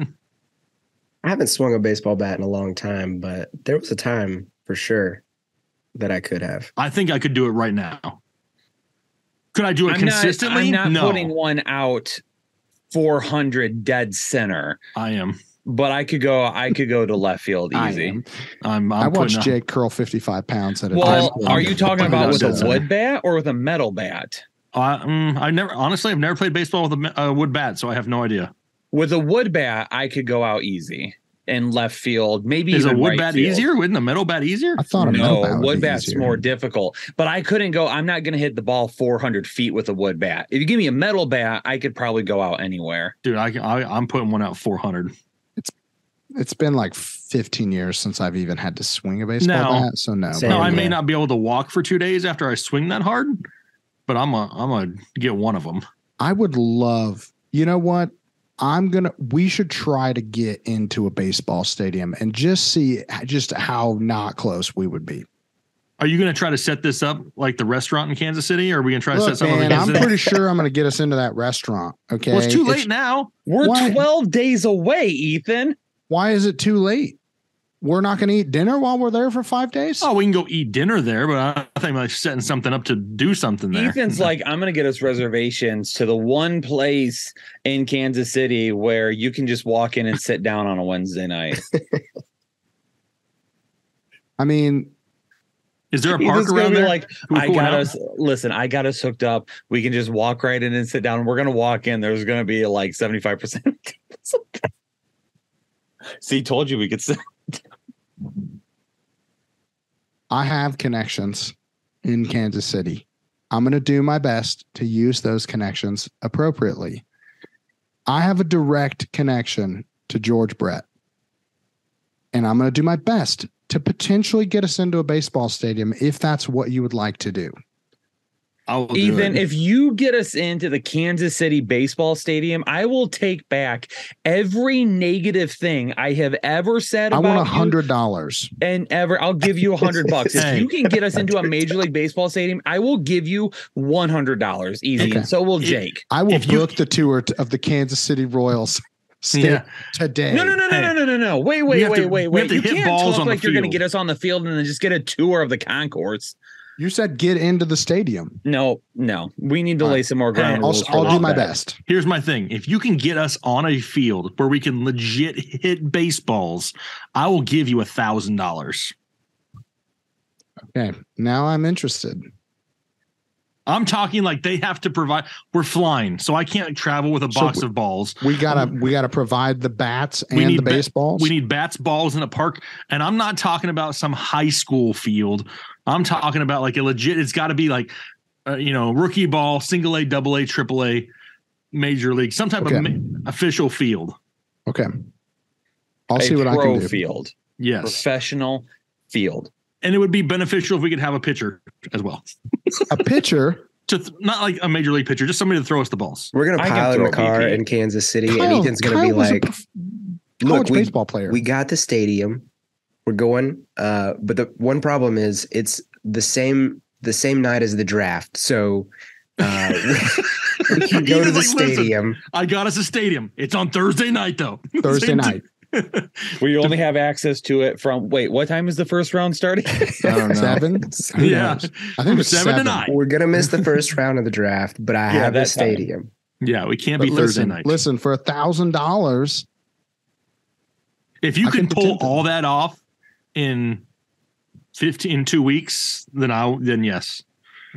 S3: I haven't swung a baseball bat in a long time, but there was a time for sure that I could have.
S2: I think I could do it right now. Could I do it
S4: I'm not,
S2: consistently?
S4: I'm not
S2: no,
S4: putting one out 400 dead center,
S2: I am.
S4: but I could go I could go to left field easy.
S2: I'm. I'm
S1: i watched
S2: putting
S1: Jake curl 55 pounds at a
S4: Well,
S1: time.
S4: are you talking
S2: I'm
S4: about
S2: not
S4: with a
S2: dead center.
S4: wood bat or with a metal bat?
S2: A, I, mm, I never. Honestly, I've never played baseball with a ma- uh, wood bat, so I have no idea.
S4: With a wood bat, I could go out easy in left field. Maybe
S2: Is a
S4: even
S2: wood
S4: right
S2: bat
S4: field.
S2: easier? Wouldn't a metal bat easier?
S1: I thought a metal
S4: no,
S1: bat would
S4: wood
S1: be
S4: bat's
S1: easier.
S4: more difficult. But I couldn't go. I'm not going to hit the ball 400 feet with a wood bat. If you give me a metal bat, I could probably go out anywhere.
S2: Dude, I, can- I I'm putting one out 400.
S1: It's been like 15 years since I've even had to swing a baseball
S2: No.
S1: bat, so no.
S3: Same.
S2: No, I may
S1: uh,
S3: yeah.
S2: not be able to walk for two days after I swing that hard, but I'm a I'm gonna get one of them.
S1: I would love. You know what? I'm gonna. We should try to get into a baseball stadium and just see just how not close we would be.
S2: Are you gonna try to set this up like the restaurant in Kansas City? Or are we gonna try to set
S1: Look,
S2: something up in
S1: man, I'm
S2: Kansas City?
S1: pretty sure I'm gonna get us into that restaurant. Okay,
S2: Well, it's too late now.
S4: We're
S1: Why?
S4: 12 days
S2: [LAUGHS]
S4: away, Ethan.
S1: Why is it too late? We're not gonna eat dinner while we're there for five days.
S2: Oh, we can go eat dinner there, but I think I'm like setting something up to do something there.
S4: Ethan's like, I'm going to get us reservations to the one place in Kansas City where you can just walk in and sit down on a Wednesday night.
S1: I mean,
S2: Is
S4: [LAUGHS]
S2: there a
S4: Ethan's
S2: park
S4: gonna
S2: around
S4: be
S2: there?
S4: Like,
S2: Can we
S4: I
S2: pull one
S4: got
S2: out?
S4: us. Listen, I got us hooked up. We can just walk right in and sit down. We're gonna walk in. There's gonna be like 75 percent. [LAUGHS] See, told you we could sit.
S1: I have connections in Kansas City. I'm going to do my best to use those connections appropriately. I have a direct connection to George Brett. And I'm going to do my best to potentially get us into a baseball stadium if that's what you would like to do.
S2: I will do
S4: Ethan,
S2: it.
S4: if you get us into the Kansas City baseball stadium, I will take back every negative thing I have ever said
S1: I
S4: about
S1: want a
S4: you.
S1: hundred dollars.
S4: and ever i'll give you a hundred bucks if
S2: Hey.
S4: you can get us
S1: [LAUGHS]
S4: into a major league baseball stadium i will give you one hundred dollars easy
S1: Okay.
S4: and so will
S2: It-
S4: jake
S1: I will
S2: If you-
S1: book the tour t- of the Kansas City Royals stadium
S2: yeah.
S1: today.
S4: no no no no
S2: hey.
S4: no no no no wait
S2: We
S4: wait
S2: have
S4: wait
S2: to-
S4: wait
S2: we
S4: wait
S2: have to
S4: you
S2: hit
S4: can't
S2: balls
S4: talk
S2: on the
S4: like you're gonna
S2: field.
S4: get us on the field and then just get a tour of the concourse
S1: You said get into the stadium.
S4: No, no. We need to
S1: All
S4: lay
S1: right.
S4: some more ground
S2: Hey,
S1: I'll,
S4: rules. for
S1: I'll
S4: this
S1: do my
S4: guy.
S1: best.
S2: Here's my thing. If you can get us on a field where we can legit hit baseballs, I will give you a thousand dollars.
S1: Okay. Now I'm interested.
S2: I'm talking like they have to provide we're flying, so I can't travel with a
S1: So
S2: box
S1: we-
S2: of balls.
S1: We gotta we gotta provide the bats
S2: Um, We
S1: and
S2: need
S1: the
S2: ba-
S1: baseballs.
S2: We need bats, balls in a park. And I'm not talking about some high school field. I'm talking about like a legit, it's got to be like, uh, you know, rookie ball, single A, double A, triple A, major league, some type
S1: Okay.
S2: of ma- official field.
S1: okay. I'll
S4: A
S1: see what I
S4: pro
S1: can do.
S4: field,
S2: Yes.
S4: professional field.
S2: And it would be beneficial if we could have a pitcher as well.
S1: A
S3: [LAUGHS]
S1: pitcher.
S2: To th- not like a major league pitcher, just somebody to throw us the balls.
S3: We're gonna
S4: I can
S3: pile in
S4: throw
S3: the car
S4: BP.
S3: in Kansas City, and
S1: Kyle,
S3: Ethan's gonna
S1: Kyle
S3: be
S1: was a
S3: like,
S1: prof-
S3: "Look,
S1: college
S3: we,
S1: baseball player.
S3: we got the stadium, we're going." Uh, but the one problem is it's the same the same night as the draft, so uh, we [LAUGHS] can go to the
S2: Ethan's like, "Listen."
S3: stadium.
S2: I got us a stadium. It's on Thursday night, though. [LAUGHS]
S1: Thursday
S2: Same
S1: night.
S2: [LAUGHS] thing.
S4: We only have access to it from wait, what time is the first
S2: [LAUGHS]
S4: round starting?
S1: I don't know. Seven? Who
S2: yeah.
S1: knows? I think it's
S2: seven, to
S1: seven.
S2: nine.
S3: We're gonna miss the first round of the draft, but I
S4: Yeah,
S3: have the
S4: that time.
S3: stadium.
S2: Yeah, we can't
S1: But
S2: be Thursday
S1: listen,
S2: night.
S1: listen, for a thousand dollars,
S2: If you
S1: I
S2: can
S1: think the
S2: pull
S1: tenth-
S2: all that off in fifteen in two weeks, then I will
S1: [LAUGHS]
S2: then yes.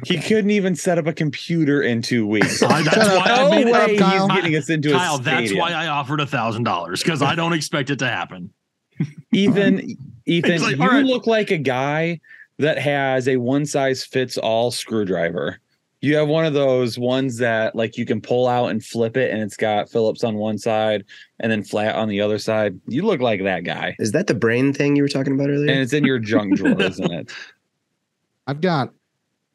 S4: He couldn't even set up a computer in two weeks.
S2: I, that's
S1: Shut up.
S2: why I
S4: no
S2: made
S1: it up,
S4: way he's
S1: Kyle.
S4: getting us into
S2: Kyle.
S4: a
S2: That's
S4: stadium.
S2: why I offered a thousand dollars because I don't expect it to happen.
S4: [LAUGHS] Ethan, Ethan,
S2: It's like,
S4: you
S2: all right.
S4: look like a guy that has a one size fits all screwdriver. You have one of those ones that like you can pull out and flip it, and it's got Phillips on one side and then flat on the other side. You look like that guy,
S3: Is that the brain thing you were talking about earlier?
S4: and it's in your junk drawer, isn't
S2: [LAUGHS]
S4: it?
S1: I've got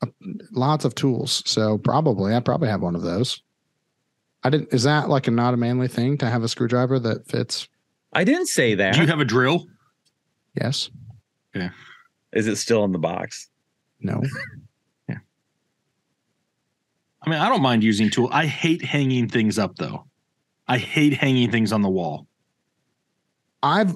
S1: uh, lots of tools, so probably I probably have one of those. I didn't. Is that like a not a manly thing to have a screwdriver that fits?
S4: I didn't say that.
S2: Do you have a drill?
S1: Yes.
S4: Is it still in the box?
S1: No.
S2: I mean, I don't mind using tool. I hate hanging things up though. I hate hanging things on the wall.
S1: I've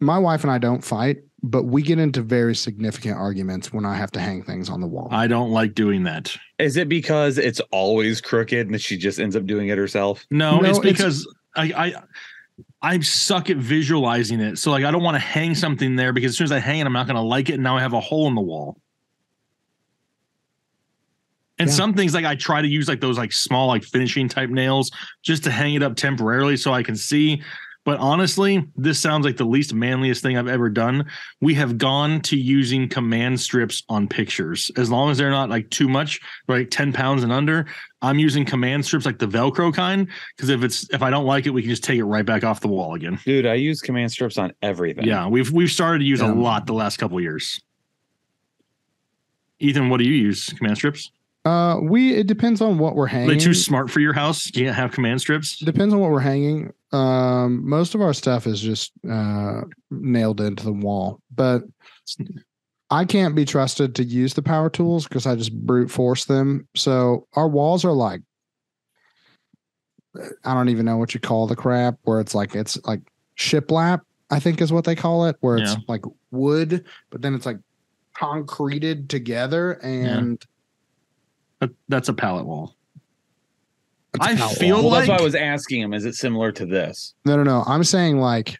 S1: my wife and I don't fight, but we get into very significant arguments when I have to hang things on the wall.
S2: I don't like doing that.
S4: Is it because it's always crooked and she just ends up doing it herself?
S2: No,
S1: No,
S2: it's
S1: it's-
S2: because I, I I suck at visualizing it. So like I don't want to hang something there because as soon as I hang it, I'm not gonna like it. And now I have a hole in the wall. And
S1: Yeah.
S2: some things like I try to use like those like small like finishing type nails just to hang it up temporarily so I can see. But honestly, this sounds like the least manliest thing I've ever done. We have gone to using command strips on pictures. As long as they're not like too much, like 10 pounds and under, I'm using command strips like the Velcro kind because if it's if I don't like it, we can just take it right back off the wall again.
S4: Dude, I use command strips on everything.
S2: Yeah, we've we've started to use
S1: Yeah.
S2: a lot the last couple years. Ethan, what do you use? Command strips?
S1: uh, we it depends on what we're
S2: Are
S1: hanging.
S2: they too smart for your house? You can't have command strips.
S1: depends on what we're hanging. Um, most of our stuff is just uh, nailed into the wall, but I can't be trusted to use the power tools because I just brute force them. So our walls are like, I don't even know what you call the crap where it's like it's like shiplap, I think is what they call it, where it's
S2: Yeah.
S1: like wood, but then it's like concreted together and
S2: That, that's a pallet wall.
S1: It's a
S2: I
S1: pallet
S2: feel
S1: wall.
S4: Well, that's why
S2: like-
S4: I was asking him, is it similar to this?
S1: No, no, no. I'm saying like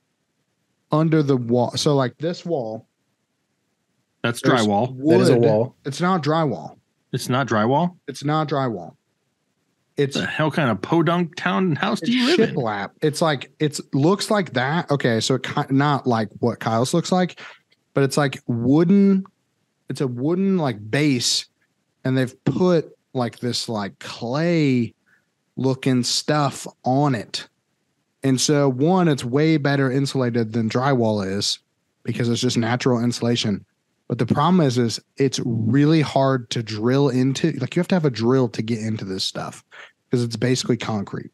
S1: under the wall. So like this wall,
S2: That's
S1: There's
S2: drywall.
S3: that is a
S1: wood.
S3: wall.
S1: It's not drywall.
S2: It's not drywall.
S1: It's not drywall. It's
S2: The hell kind of podunk town house do
S1: it's
S2: you live in?
S1: shiplap. It's like it's looks like that. Okay, so it ki- not like what Kyle's looks like, but it's like wooden. It's a wooden like base, and they've put like this like clay looking stuff on it. And so one, it's way better insulated than drywall is because it's just natural insulation. But the problem is, is it's really hard to drill into. Like you have to have a drill to get into this stuff because it's basically concrete.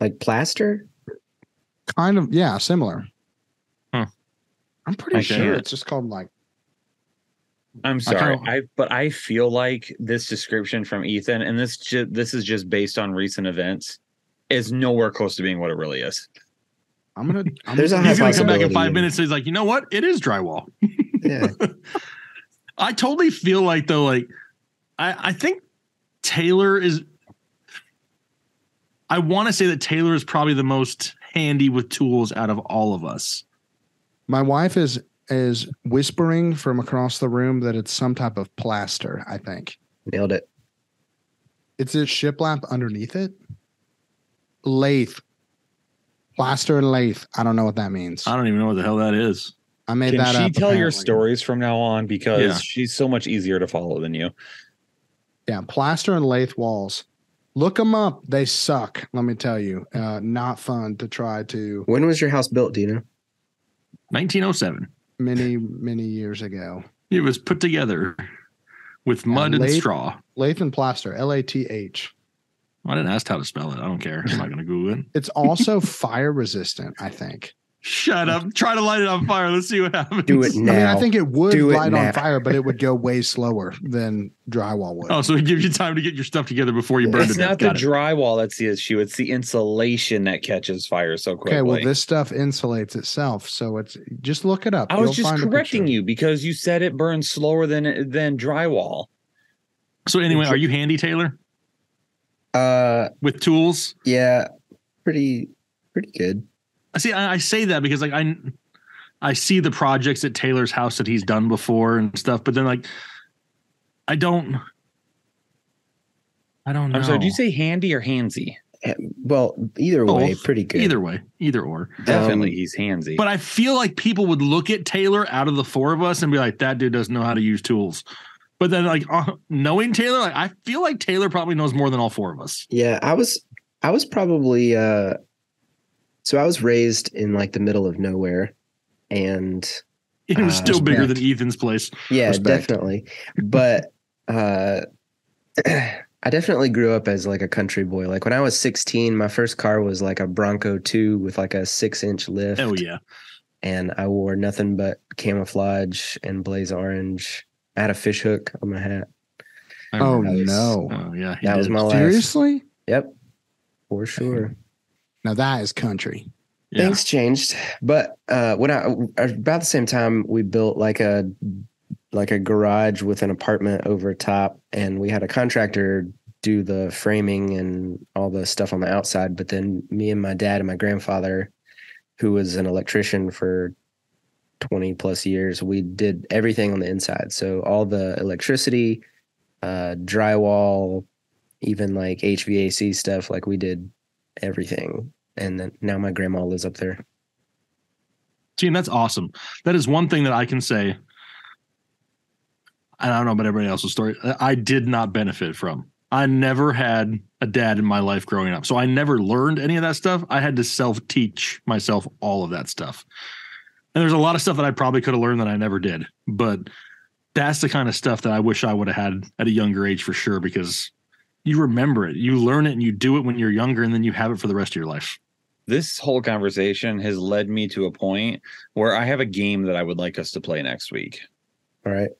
S3: Like plaster?
S1: kind of yeah similar
S2: Huh.
S1: i'm pretty
S4: Hmm. Okay.
S1: sure it's just called like
S4: I'm
S2: I
S4: sorry,
S2: kinda-
S4: I, but I feel like this description from Ethan, and this ju- this is just based on recent events, is nowhere close to being what it really is.
S1: i'm gonna [LAUGHS] I'm
S3: There's a
S1: gonna-
S3: high
S2: He's gonna come back in
S3: possibility.
S2: five minutes. And he's like, you know what? It is drywall.
S3: Yeah.
S2: I totally feel like though, like I, I think Taylor is. I want to say that Taylor is probably the most handy with tools out of all of us.
S1: My wife is is whispering from across the room that it's some type of plaster. I think
S3: Nailed it.
S1: it's a shiplap underneath it. Lathe, plaster lathe. I don't know what that means.
S2: I don't even know what the hell that is.
S1: I made
S4: Um, Can
S1: that
S4: she
S1: up.
S4: tell your
S1: apparently.
S4: stories from now on because
S2: Yeah.
S4: she's so much easier to follow than you.
S1: Yeah, plaster and lathe walls. Look them up. They suck. Let me tell you. Uh, not fun to try to
S3: When was your house built? Do you know?
S2: 1907.
S1: many many years ago.
S2: It was put together with mud and
S1: late-
S2: straw.
S1: Lathe and plaster. L A T H.
S2: I didn't ask how to spell it. I don't care. I'm not going to Google it.
S1: It's also fire resistant. I think.
S2: Shut up. Try to light it on fire. Let's see what happens.
S3: Do it now.
S1: I mean, I think it would
S3: Do it
S1: light
S3: now.
S1: on fire, but it would go way slower than drywall would.
S2: Oh, so it gives you time to get your stuff together before you burn
S4: It's
S2: to death.
S4: not the
S2: Got it.
S4: drywall that's the issue. It's the insulation that catches fire so quickly.
S1: okay, well, this stuff insulates itself, so it's just look it up.
S4: I was
S1: You'll
S4: just
S1: find a
S4: correcting
S1: picture.
S4: you because you said it burns slower than than drywall.
S2: So anyway, are you handy, Taylor,
S3: Uh,
S2: with tools?
S3: yeah, pretty, pretty good.
S2: I see. I, I say that because like I, I see the projects at Taylor's house that he's done before and stuff. But then like, I don't. I don't know.
S4: I'm sorry. Do you say handy or handsy?
S3: Well, either way,
S2: Both.
S3: pretty good.
S2: Oh, Either way, either or.
S4: Definitely, he's handsy.
S2: But I feel like people would look at Taylor out of the four of us and be like, "That dude doesn't know how to use tools." But then like uh, knowing Taylor, like, I feel like Taylor probably knows more than all four of us. [LAUGHS]
S3: Yeah, I was I was probably uh so I was raised in like the middle of nowhere and
S2: It was
S3: Uh,
S2: still bigger
S3: respect.
S2: than Ethan's place.
S3: yeah,
S1: Respect.
S3: definitely.
S2: [LAUGHS]
S3: But uh [CLEARS THROAT] I definitely grew up as like a country boy. Like when I was 16, my first car was like a Bronco 2 with like a 6-inch lift
S2: Oh yeah.
S3: and I wore nothing but camouflage and blaze orange. I had a fish hook on my hat.
S2: I
S1: Oh
S2: remember.
S1: no!
S2: Oh yeah. he
S3: That was
S2: did.
S3: my last.
S1: Seriously?
S3: Yep. For sure.
S1: Now that is country.
S2: Yeah.
S3: things changed but uh when i about the same time we built like a like a garage with an apartment over top and we had a contractor do the framing and all the stuff on the outside but then me and my dad and my grandfather who was an electrician for 20 plus years we did everything on the inside so all the electricity uh drywall even like hvac stuff like we did everything and then now my grandma lives up there.
S2: See, and that's awesome. That is one thing that I can say. And I don't know about everybody else's story. that I did not benefit from. I never had a dad in my life growing up. So I never learned any of that stuff. I had to self teach myself all of that stuff. And there's a lot of stuff that I probably could have learned that I never did. But that's the kind of stuff that I wish I would have had at a younger age for sure, because you remember it. You learn it and you do it when you're younger, and then you have it for the rest of your life.
S4: this whole conversation has led me to a point where I have a game that I would like us to play next week.
S3: All right.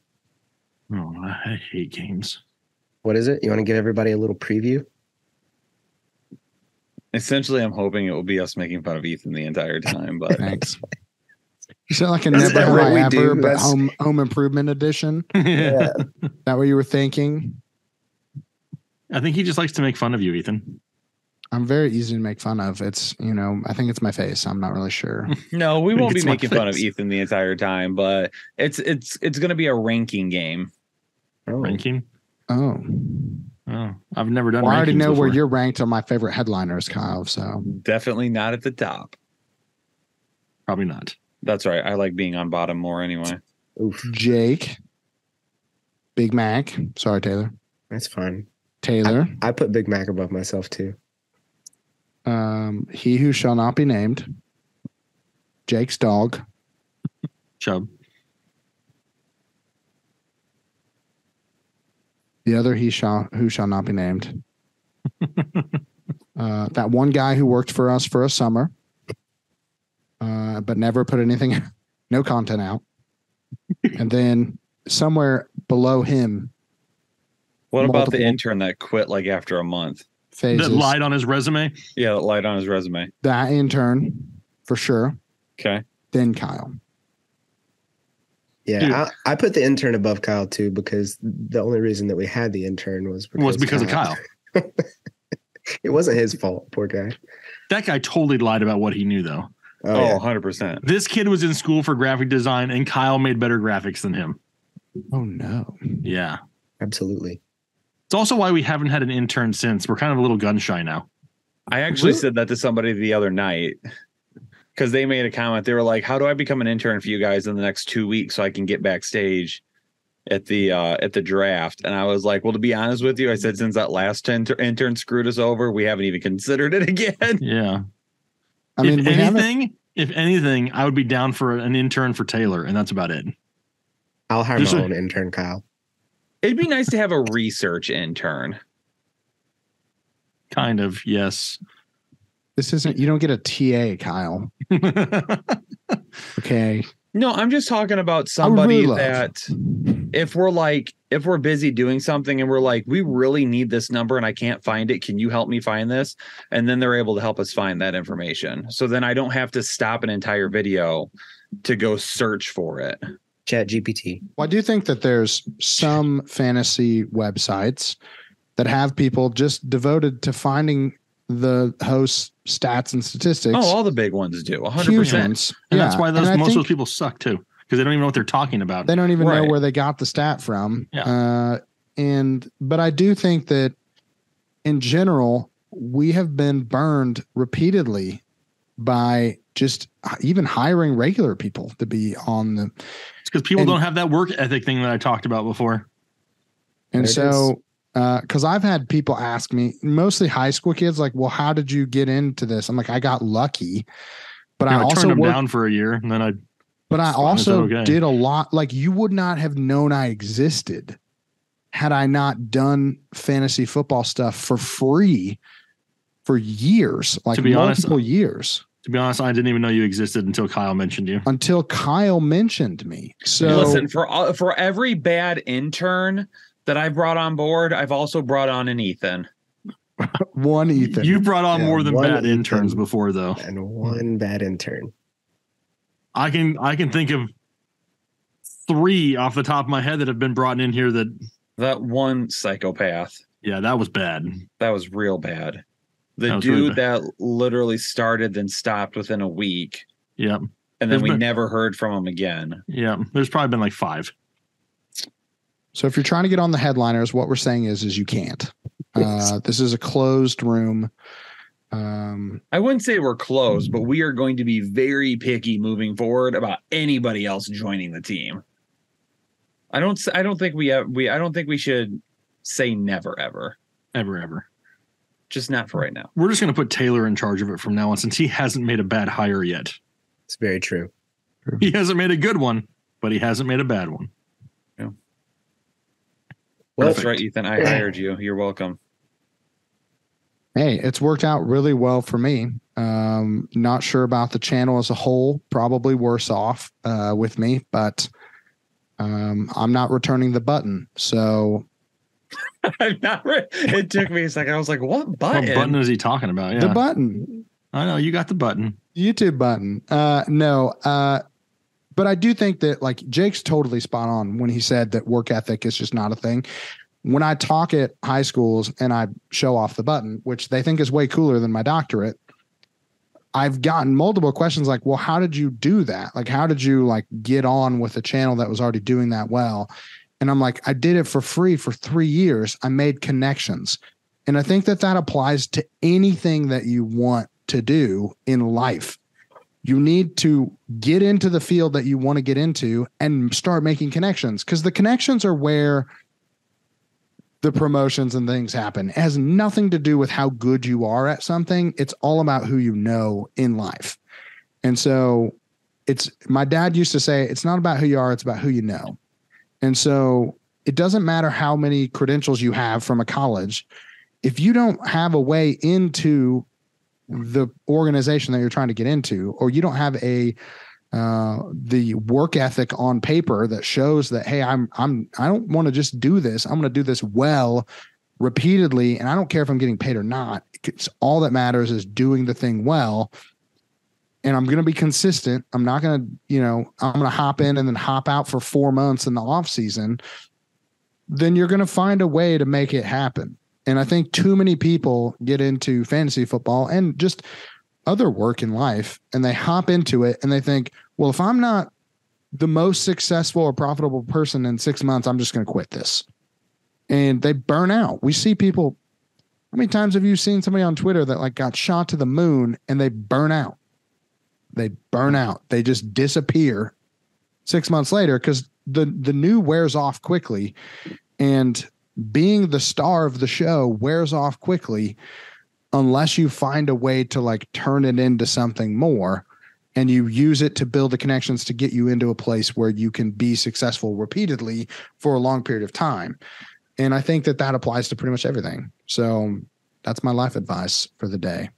S2: Oh, I hate games. [LAUGHS]
S3: What is it? You want to give everybody a little preview?
S4: Essentially, I'm hoping it will be us making fun of Ethan the entire time, but
S3: [LAUGHS]
S1: Thanks. You sound like a
S3: Is
S1: never
S3: that
S1: have
S3: what
S1: I
S3: we
S1: ever,
S3: do?
S1: but
S3: That's-
S1: home home improvement edition. Is that what you were thinking?
S2: I think he just likes to make fun of you, Ethan.
S1: I'm very easy to make fun of. It's you know, I think it's my face. I'm not really
S4: [LAUGHS]
S1: sure.
S4: [LAUGHS] no, we
S2: I think
S4: won't be
S2: it's my
S4: making fun of
S2: face.
S4: Ethan the entire time. But it's it's it's going to be a ranking game.
S1: Hmm.
S3: Oh,
S2: Ranking?
S1: Oh,
S2: Oh, I've never done.
S1: well, I already
S2: rankings
S1: know where
S2: before. Hmm.
S1: you're ranked on my favorite headliners, Kyle. So
S4: Definitely not at the top.
S2: probably not.
S4: That's right. I like being on bottom more anyway.
S3: oof.
S1: Jake, Big Mac. Sorry, Taylor.
S3: That's fine.
S1: Taylor.
S3: I put Big Mac above myself too.
S1: Um, he who shall not be named. Jake's dog.
S2: Chubb.
S1: The other he shall who shall not be
S2: [LAUGHS]
S1: named. uh, that one guy who worked for us for a summer, uh, but never put anything, [LAUGHS] no content
S2: [LAUGHS]
S1: out. And then somewhere below him,
S4: What about the
S1: Multiple.
S4: intern that quit like after a month?
S1: phases
S2: That lied on his resume.
S4: Yeah, that lied on his resume.
S1: that intern for sure.
S4: Okay.
S1: Then Kyle.
S2: Dude.
S3: Yeah, I, I put the intern above Kyle too because the only reason that we had the intern was because
S2: was because of Kyle.
S3: It wasn't his fault, poor guy.
S2: That guy totally lied about what he knew, though.
S3: Oh,
S4: Oh,
S3: yeah.
S4: 100%.
S2: This kid was in school for graphic design, and Kyle made better graphics than him.
S1: Oh no.
S2: Yeah.
S3: absolutely.
S2: It's also why we haven't had an intern since. We're kind of a little gun shy now.
S4: I actually
S3: Really?
S4: said that to somebody the other night because they made a comment. They were like, "How do I become an intern for you guys in the next two weeks so I can get backstage at the uh, at the draft?" And I was like, "Well, to be honest with you, I said since that last inter- intern screwed us over, we haven't even considered it [LAUGHS] again."
S2: Yeah.
S1: I mean,
S2: if
S1: we haven't.
S2: anything, if anything, I would be down for an intern for Taylor, and that's about it.
S3: I'll hire
S2: Just
S3: my
S2: a-
S3: own intern, Kyle.
S4: It'd be nice to have a research intern.
S2: Kind of, yes. [LAUGHS]
S1: This isn't. You don't get a TA, Kyle. Okay.
S4: No, I'm just talking about
S1: I would really
S4: somebody
S1: love-
S4: that if we're like if we're busy doing something and we're like we really need this number and i can't find it can you help me find this and then they're able to help us find that information so then i don't have to stop an entire video to go search for it
S3: Chat GPT.
S1: Well, I do think that there's some fantasy websites that have people just devoted to finding the host's stats and statistics.
S4: oh all the big ones do 100%
S1: huge ones.
S2: And that's
S1: Yeah.
S2: why those,
S1: And I
S2: most of those
S1: think
S2: people suck too, because they don't even know what they're talking about.
S1: they don't even know
S4: Right.
S1: where they got the stat from.
S2: Yeah.
S1: Uh, and but I do think that in general we have been burned repeatedly by just even hiring regular people to be on the
S2: It's because people
S1: and-
S2: don't have that work ethic thing that I talked about before.
S1: And
S3: There it
S1: so, because I've had people ask me, mostly high school kids, like, "Well, how did you get into this?" I'm like, "I got lucky," but
S2: You know,
S1: I
S2: I
S1: also
S2: turned them
S1: worked,
S2: down for a year, and then I
S1: but I
S2: It's fine, it's
S1: also
S2: okay.
S1: did a lot. Like, you would not have known I existed had I not done fantasy football stuff for free for years, like
S2: To be honest, uh,
S1: multiple years,
S2: To be honest, I didn't even know you existed until Kyle mentioned you.
S1: until Kyle mentioned me. So,
S4: listen for all, for every bad intern that i brought on board i've also brought on an ethan
S1: one Ethan,
S2: You brought on
S3: Yeah,
S2: more than
S3: one
S2: bad
S3: Ethan.
S2: interns before, though.
S3: And one bad intern.
S2: I can I can think of three off the top of my head that have been brought in here. That
S4: that one psychopath
S2: yeah, that was bad.
S4: That was real bad. The
S2: That was really
S4: dude that literally started then stopped within a week,
S2: Yep,
S4: and then
S2: There's
S4: we
S2: been-
S4: never heard from him again.
S2: yeah. There's probably been like five.
S1: So if you're trying to get on the headliners, what we're saying is is you can't. Uh, this is a closed room. Um,
S4: I wouldn't say we're close, but we are going to be very picky moving forward about anybody else joining the team. I don't. s- I don't think we have. We. I don't think we should say never ever.
S2: Ever, ever.
S4: Just not for right now.
S2: We're just gonna put Taylor in charge of it from now on, since he hasn't made a bad hire yet.
S3: It's very true.
S2: He hasn't made a good one, but he hasn't made a bad one.
S4: Well,
S2: Perfect.
S4: that's right, Ethan. I hired you. You're welcome. [LAUGHS]
S1: hey, it's worked out really well for me. Um, not sure about the channel as a whole. Probably worse off uh, with me, but um, I'm not returning the button. So
S4: I'm not. Re- it took me a second. I was like, "What button?"
S2: What button is he talking about? Yeah,
S1: the button,
S2: I know you got the button.
S1: YouTube button. Uh, no, uh, but I do think that like Jake's totally spot on when he said that work ethic is just not a thing. When I talk at high schools and I show off the button, which they think is way cooler than my doctorate, I've gotten multiple questions like, "Well, how did you do that? Like, how did you like get on with a channel that was already doing that well?" And I'm like, "I did it for free for three years. I made connections." And I think that that applies to anything that you want to do in life. You need to get into the field that you want to get into and start making connections because the connections are where the promotions and things happen. It has nothing to do with how good you are at something, it's all about who you know in life. And so it's my dad used to say, it's not about who you are, it's about who you know. And so it doesn't matter how many credentials you have from a college if you don't have a way into the organization that you're trying to get into, or you don't have a uh, the work ethic on paper that shows that hey, I'm I'm I don't want to just do this. I'm going to do this well repeatedly, and I don't care if I'm getting paid or not. It's all that matters is doing the thing well. and I'm going to be consistent. I'm not going to, you know, I'm going to hop in and then hop out for four months in the off season. Then you're going to find a way to make it happen. And I think too many people get into fantasy football and just other work in life and they hop into it and they think, well, if I'm not the most successful or profitable person in six months, I'm just going to quit this. And they burn out. We see people. How many times have you seen somebody on Twitter that like got shot to the moon and they burn out? they burn out they just disappear six months later because the the new wears off quickly and being the star of the show wears off quickly unless you find a way to like turn it into something more and you use it to build the connections to get you into a place where you can be successful repeatedly for a long period of time and i think that that applies to pretty much everything so that's my life advice for the day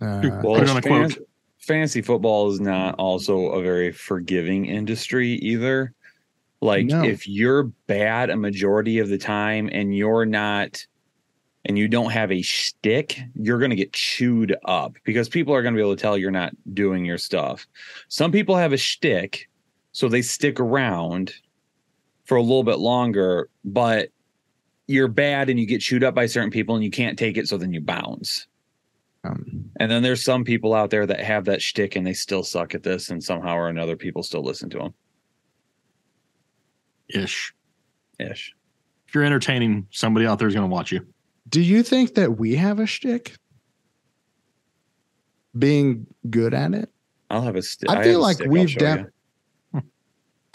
S1: Uh,
S2: Well, Put it on a quote.
S4: fan- fantasy football is not also a very forgiving industry either. Like
S1: No.
S4: if you're bad a majority of the time and you're not and you don't have a shtick, you're gonna get chewed up because people are gonna be able to tell you're not doing your stuff. Some people have a shtick, so they stick around for a little bit longer, but you're bad and you get chewed up by certain people and you can't take it, so then you bounce.
S1: um,
S4: And then there's some people out there that have that shtick and they still suck at this, and somehow or another, people still listen to them.
S2: ish.
S4: Ish.
S2: If you're entertaining, somebody out there is going to watch you.
S1: Do you think that we have a shtick? Being good at it?
S4: I'll have a stick.
S1: I feel like we've def-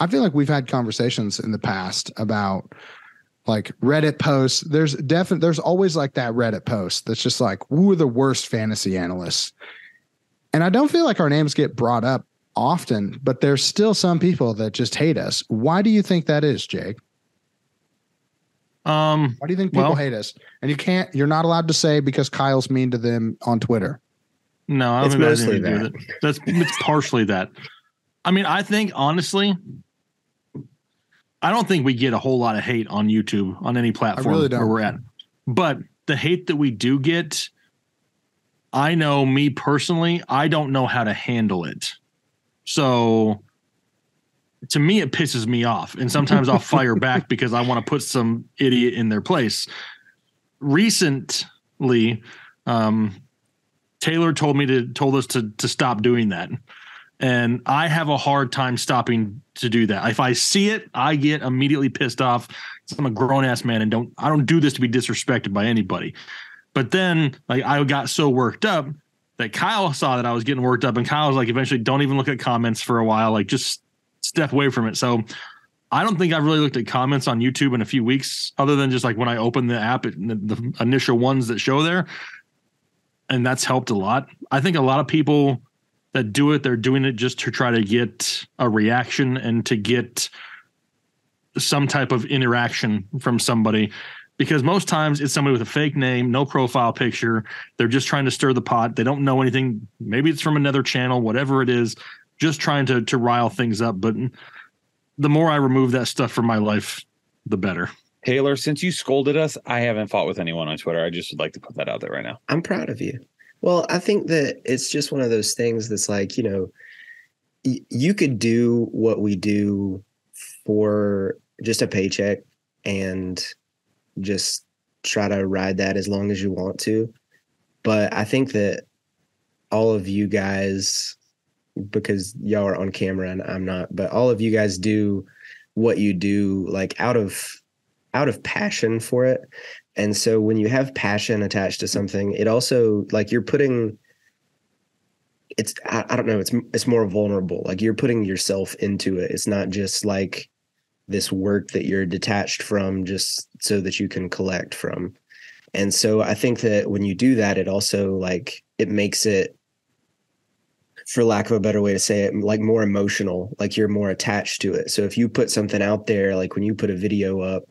S1: I feel like we've had conversations in the past about like Reddit posts. There's definitely there's always like that Reddit post that's just like, who are the worst fantasy analysts? And I don't feel like our names get brought up often, but there's still some people that just hate us. Why do you think that is, Jake?
S2: Um,
S1: Why do you think people
S2: Well-
S1: hate us? And you can't you're not allowed to say because Kyle's mean to them on Twitter.
S2: no, I don't
S3: It's
S2: think that's
S3: mostly
S2: anything to do with it. That's it's partially that. I mean, I think honestly, I don't think we get a whole lot of hate on YouTube on any platform
S1: really don't.
S2: where we're at. But the hate that we do get, I know me personally, I don't know how to handle it. So to me, it pisses me off. And sometimes I'll
S1: [LAUGHS]
S2: fire back because I want to put some idiot in their place. Recently, um, Taylor told me to told us to to stop doing that. And I have a hard time stopping to do that. If I see it, I get immediately pissed off. I'm a grown ass man and don't I don't do this to be disrespected by anybody. But then like I got so worked up that Kyle saw that I was getting worked up and Kyle was like eventually don't even look at comments for a while, like just step away from it. So I don't think I've really looked at comments on YouTube in a few weeks, other than just like when I open the app, it, the, the initial ones that show there, and that's helped a lot. I think a lot of people that do it, they're doing it just to try to get a reaction and to get some type of interaction from somebody. Because most times it's somebody with a fake name, no profile picture. They're just trying to stir the pot. They don't know anything. Maybe it's from another channel, whatever it is, just trying to to rile things up. But the more I remove that stuff from my life, the better.
S4: Taylor, since you scolded us, I haven't fought with anyone on Twitter. I just would like to put that out there right now.
S3: I'm proud of you. Well, I think that it's just one of those things that's like, you know, y- you could do what we do for just a paycheck and just try to ride that as long as you want to. But I think that all of you guys, because y'all are on camera and I'm not, but all of you guys do what you do like out of out of passion for it and so when you have passion attached to something, it also like you're putting it's I, I don't know, it's it's more vulnerable. Like you're putting yourself into it. It's not just like this work that you're detached from just so that you can collect from. And so I think that when you do that, it also like it makes it for lack of a better way to say it, like more emotional, like you're more attached to it. So if you put something out there, like when you put a video up,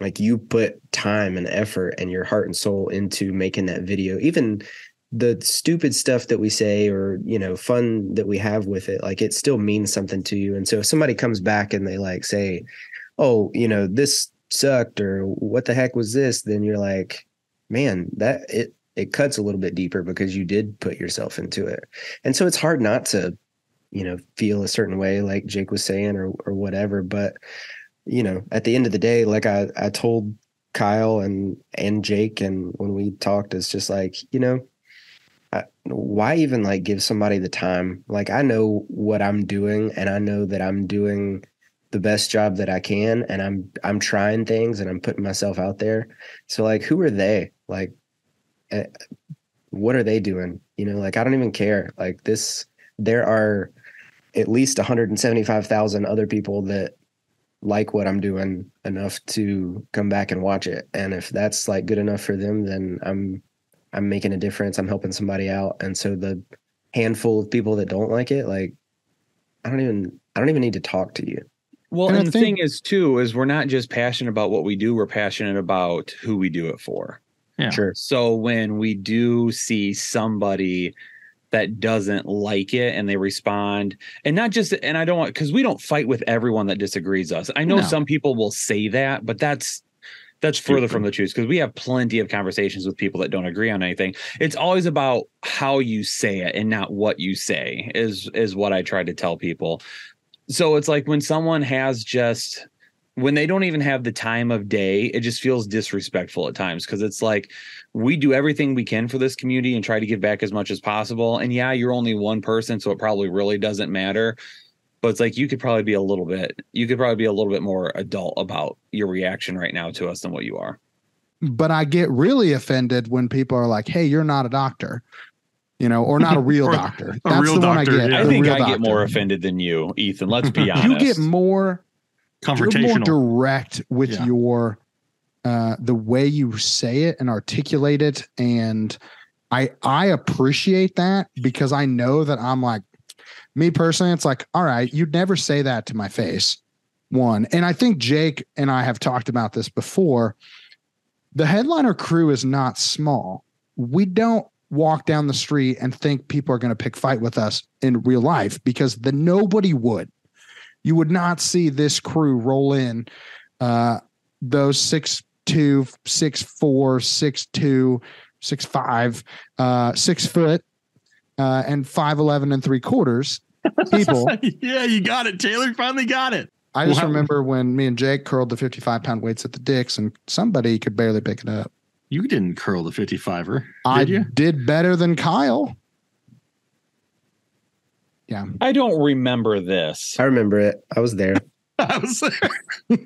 S3: like you put time and effort and your heart and soul into making that video even the stupid stuff that we say or you know fun that we have with it like it still means something to you and so if somebody comes back and they like say oh you know this sucked or what the heck was this then you're like man that it it cuts a little bit deeper because you did put yourself into it. And so it's hard not to, you know, feel a certain way, like Jake was saying, or or whatever. But, you know, at the end of the day, like I, I told Kyle and and Jake and when we talked, it's just like, you know, I, why even like give somebody the time? Like I know what I'm doing and I know that I'm doing the best job that I can and I'm I'm trying things and I'm putting myself out there. So like who are they? Like eh, what are they doing? You know, like I don't even care. Like this there are at least 175,000 other people that like what I'm doing enough to come back and watch it. And if that's like good enough for them, then I'm I'm making a difference. I'm helping somebody out. And so the handful of people that don't like it, like I don't even I don't even need to talk to you.
S4: Well,
S1: And
S4: and,
S1: I
S4: the
S1: think-
S4: thing is too is we're not just passionate about what we do, we're passionate about who we do it for.
S2: Yeah.
S3: Sure.
S4: So when we do see somebody that doesn't like it and they respond, and not just and I don't want because we don't fight with everyone that disagrees us. I know
S2: No.
S4: some people will say that, but that's that's further from the truth because we have plenty of conversations with people that don't agree on anything. It's always about how you say it and not what you say is is what I try to tell people. So it's like when someone has just when they don't even have the time of day, it just feels disrespectful at times because it's like we do everything we can for this community and try to give back as much as possible. And yeah, you're only one person, so it probably really doesn't matter. But it's like you could probably be a little bit, you could probably be a little bit more adult about your reaction right now to us than what you are.
S1: But I get really offended when people are like, "Hey, you're not a doctor," you know, or not a real
S2: [LAUGHS] Or
S1: doctor.
S2: a
S1: That's
S2: real
S1: the one I
S2: doctor,
S1: get.
S2: yeah.
S4: I
S1: the
S4: think
S1: real
S4: I
S1: doctor.
S4: get more offended than you, Ethan. Let's be
S1: [LAUGHS]
S2: You
S1: You
S4: honest.
S1: get more you're more
S2: Confrontational.
S1: direct with
S2: Yeah.
S1: your uh the way you say it and articulate it and i i appreciate that because i know that i'm like me personally it's like all right you'd never say that to my face one and i think jake and i have talked about this before the headliner crew is not small we don't walk down the street and think people are going to pick fight with us in real life because the nobody would you would not see this crew roll in uh those six two six four six two six five uh six foot uh and five eleven and three
S3: [LAUGHS]
S1: quarters people
S2: [LAUGHS] yeah, you got it. Taylor finally got it.
S1: i just
S2: Wow.
S1: remember when me and jake curled the 55 pound weights at the dicks and somebody could barely pick it up
S2: You didn't curl the 55er. Did
S1: i
S2: you? [LAUGHS]
S1: did better than kyle
S4: I don't remember this.
S3: I remember it. I was there.
S2: I was there.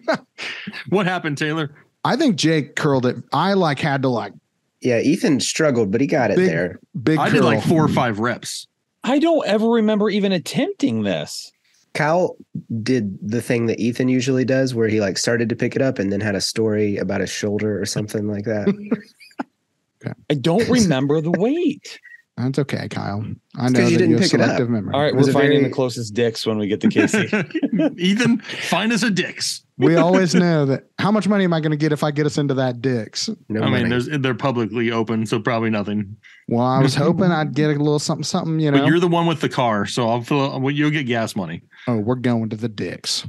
S2: [LAUGHS] what happened, Taylor?
S1: i think jake curled it i like had to like
S3: Yeah, Ethan struggled, but he got it
S1: Big-
S3: there.
S1: big
S2: I
S1: curl.
S2: did like four or five reps.
S4: I don't ever remember even attempting this.
S3: Kyle did the thing that Ethan usually does where he like started to pick it up and then had a story about his shoulder or something like that.
S4: I don't remember the weight.
S1: that's okay kyle i
S3: It's 'cause
S1: know that
S3: you didn't
S1: you have
S3: pick it up.
S1: selective memory
S4: All right,
S3: It was
S4: we're
S3: a
S4: finding
S3: very-
S4: the closest dicks when we get
S2: [LAUGHS]
S4: to Casey.
S2: Ethan, find us a dicks.
S1: we always know that how much money am I going to get if I get us into that dicks?
S3: No
S2: I mean,
S3: money.
S2: there's they're publicly open, so probably nothing.
S1: Well, I was hoping I'd get a little something, something, you know.
S2: But you're the one with the car, so I'll fill. Well, you'll get gas money.
S1: oh, we're going to the dicks.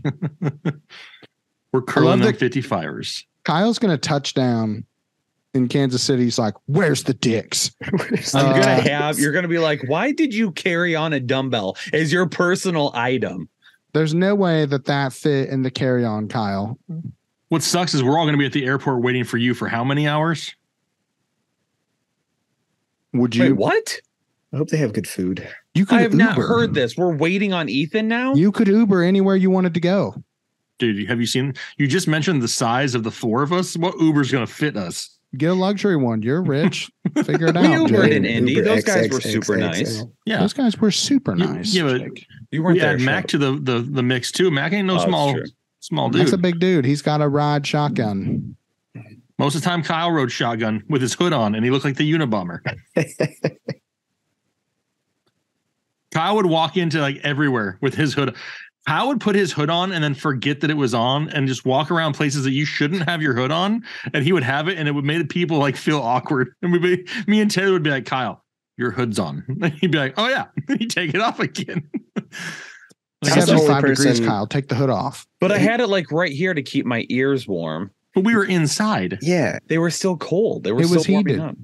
S2: We're curling
S1: the-
S2: them 55ers.
S1: Kyle's going to touch down in Kansas City. He's like, where's the dicks?
S3: [LAUGHS]
S4: I'm gonna
S1: Uh,
S3: "Ah,
S4: have you're gonna be like, why did you carry on a dumbbell as your personal item?
S1: There's no way that that fit in the carry on, Kyle.
S2: What sucks is we're all going to be at the airport waiting for you for how many hours?
S1: Would you?
S4: Wait, what?
S3: I hope they have good food.
S1: You
S4: I have not
S1: Uber.
S4: heard this. We're waiting on Ethan now.
S1: You could Uber anywhere you wanted to go.
S2: Dude, have you seen? You just mentioned the size of the four of us. What Uber's going to fit us?
S1: Get a luxury one. You're rich. Figure it
S4: [LAUGHS] We
S1: out.
S4: Ubered
S1: Jake.
S4: in Indy. Those guys were super nice.
S2: Yeah,
S1: Those guys were super
S2: Yeah,
S1: nice.
S2: yeah, but-
S1: Jake.
S4: you
S2: we add Mac to the, the the mix too. Mac ain't no
S4: Oh, that's
S2: small
S4: true.
S2: small dude.
S1: That's a big dude. He's got a ride shotgun.
S2: Most of the time, Kyle rode shotgun with his hood on, and he looked like the Unabomber.
S1: [LAUGHS]
S2: Kyle would walk into like everywhere with his hood. Kyle would put his hood on and then forget that it was on, and just walk around places that you shouldn't have your hood on, and he would have it, and it would make the people like feel awkward. And we, be, me and Taylor would be like, Kyle, your hood's on. [LAUGHS] And he'd be like, Oh yeah, [LAUGHS] he'd take it off again. like, it's
S3: That's
S2: just-
S3: all-
S1: 75 degrees,
S3: person-
S1: Kyle. Take the hood off.
S4: But I had it like right here to keep my ears warm.
S2: but we were inside.
S3: Yeah.
S4: They were still cold. They were
S1: It
S4: still
S1: was
S4: warming
S1: heated.
S4: up.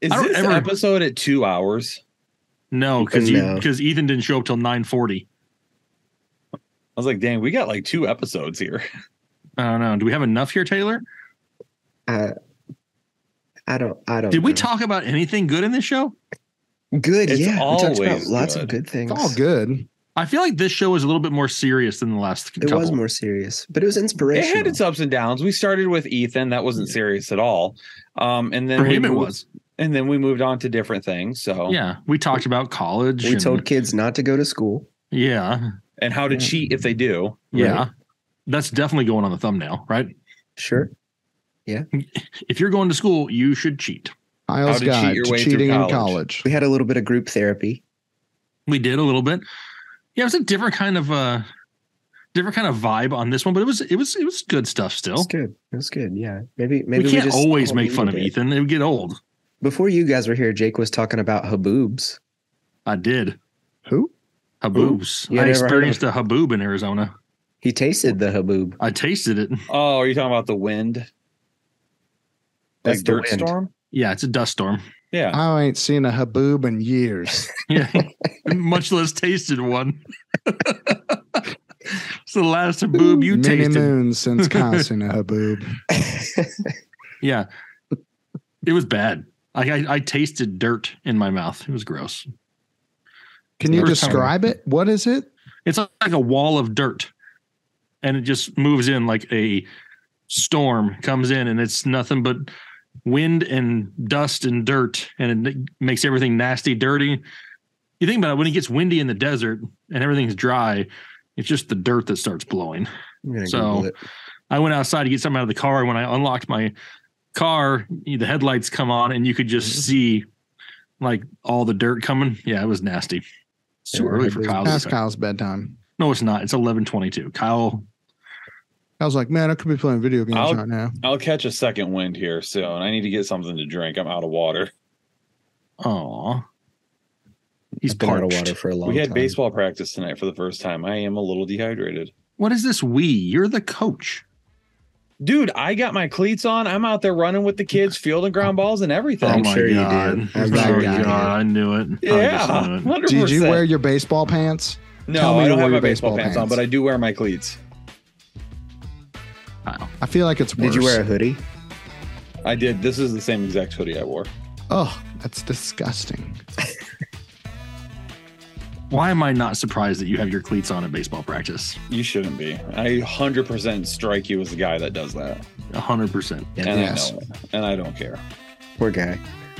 S4: Is
S2: I don't
S4: this
S2: ever-
S4: episode at two hours?
S2: No, because
S3: No.
S2: because Ethan didn't show up till nine forty.
S4: I was like, dang, we got like two episodes here.
S2: I don't know. Do we have enough here, Taylor?
S3: I, I don't. I don't.
S2: Did we
S3: know.
S2: talk about anything good in this show?
S3: Good.
S4: It's
S3: yeah. We talked about
S4: always
S3: lots of
S4: good.
S3: good things.
S1: It's all good.
S2: I feel like this show is a little bit more serious than the last
S3: It
S2: couple.
S3: was more serious, but it was
S4: It
S3: inspirational.
S4: had its ups and downs. We started with Ethan. That wasn't serious at all. Um, and then
S2: For
S4: we
S2: him, it
S4: moved-
S2: was.
S4: And then we moved on to different things. So
S2: Yeah, we talked about college.
S3: we
S2: and-
S3: told kids not to go to school.
S2: Yeah,
S4: and how to
S3: Yeah.
S4: cheat if they do.
S2: yeah. That's definitely going on the thumbnail, right?
S3: Sure.
S2: If you're going to school, you should cheat.
S1: Kyle's
S4: to cheat
S1: guide
S4: your
S1: to
S4: way through
S1: cheating in
S3: [LAUGHS]
S4: college.
S1: college.
S3: We had a little bit of group therapy.
S2: We did a little bit. Yeah, it was a different kind of uh different kind of vibe on this one, but it was it was it was good stuff
S3: It
S2: still.
S3: was good. It was good. Yeah. Maybe. Maybe
S2: we can't
S3: just
S2: always
S3: all
S2: make fun of
S3: needed it.
S2: Ethan. It would get old.
S3: Before you guys were here, Jake was talking about haboobs.
S2: I did.
S1: Who?
S2: Haboobs.
S3: Yeah,
S2: I
S3: never heard of
S2: experienced a haboob in Arizona.
S3: He tasted the haboob.
S2: I tasted it.
S4: Oh, are you talking about the wind?
S3: That's
S4: like
S3: the
S4: dirt
S3: wind.
S4: storm?
S2: Yeah, it's a dust storm. [LAUGHS]
S4: Yeah.
S1: I ain't seen a haboob in years.
S2: Yeah. Much less tasted one. [LAUGHS] it's the last haboob you
S1: Many
S2: tasted.
S1: moons since Kyle seen a haboob.
S2: Yeah. It was bad. Like I, I tasted dirt in my mouth. It was gross.
S1: Can you
S2: First time.
S1: describe it? What is it?
S2: It's like a wall of dirt. And it just moves in like a storm comes in and it's nothing but wind and dust and dirt and it makes everything nasty, dirty. You think about it when it gets windy in the desert and everything's dry, it's just the dirt that starts blowing.
S3: I'm gonna
S2: So-
S3: Google it.
S2: I went outside to get something out of the car. When I unlocked my car, the headlights come on, and you could just see like all the dirt coming. Yeah, it was nasty. It's too
S3: Yeah,
S2: early
S3: it
S2: for
S3: was
S2: Kyle's.
S1: Past
S2: effect.
S1: Kyle's bedtime.
S2: No, it's not. It's eleven twenty-two. Kyle,
S1: I was like, man, I could be playing video games
S4: I'll-
S1: right now.
S4: I'll catch a second wind here soon. I need to get something to drink. I'm out of water.
S2: oh, he's
S3: I've been out of
S2: parched.
S3: water for a long
S4: We had
S3: time.
S4: baseball practice tonight for the first time. I am a little dehydrated.
S2: What is this? We? You're the coach.
S4: Dude, I got my cleats on. I'm out there running with the kids, fielding ground balls and everything.
S1: Oh
S3: I'm sure you did. I'm
S2: [LAUGHS] Oh
S1: sure
S2: my
S1: you did.
S2: god, I knew it. I
S4: yeah.
S2: just knew it.
S4: 100%.
S1: Did you wear your baseball pants? tell
S4: No,
S1: me
S4: I
S1: you
S4: don't
S1: wore
S4: have my
S1: your
S4: baseball,
S1: baseball
S4: pants, on,
S1: pants?
S4: but I do wear my cleats.
S2: Kyle.
S1: I feel like it's worse.
S3: Did you wear a hoodie?
S4: I did. This is the same exact hoodie I wore.
S1: Oh, that's disgusting.
S2: Why am I not surprised that you have your cleats on at baseball practice?
S4: You shouldn't be. I 100% strike you as the guy that does that.
S2: hundred percent.
S4: And
S1: Yes.
S4: I know it. And I don't care.
S3: Poor guy.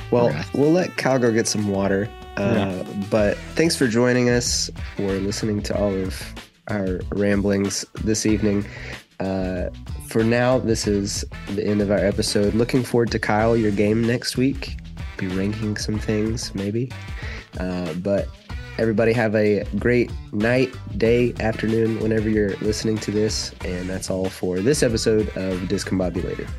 S3: Well,
S1: Poor guy.
S3: we'll let Kyle go get some water. Uh, But thanks for joining us, for listening to all of our ramblings this evening. Uh, for now, this is the end of our episode. Looking forward to Kyle, your game next week. Be ranking some things, maybe. Uh, but everybody have a great night, day, afternoon, whenever you're listening to this. And that's all for this episode of Discombobulated.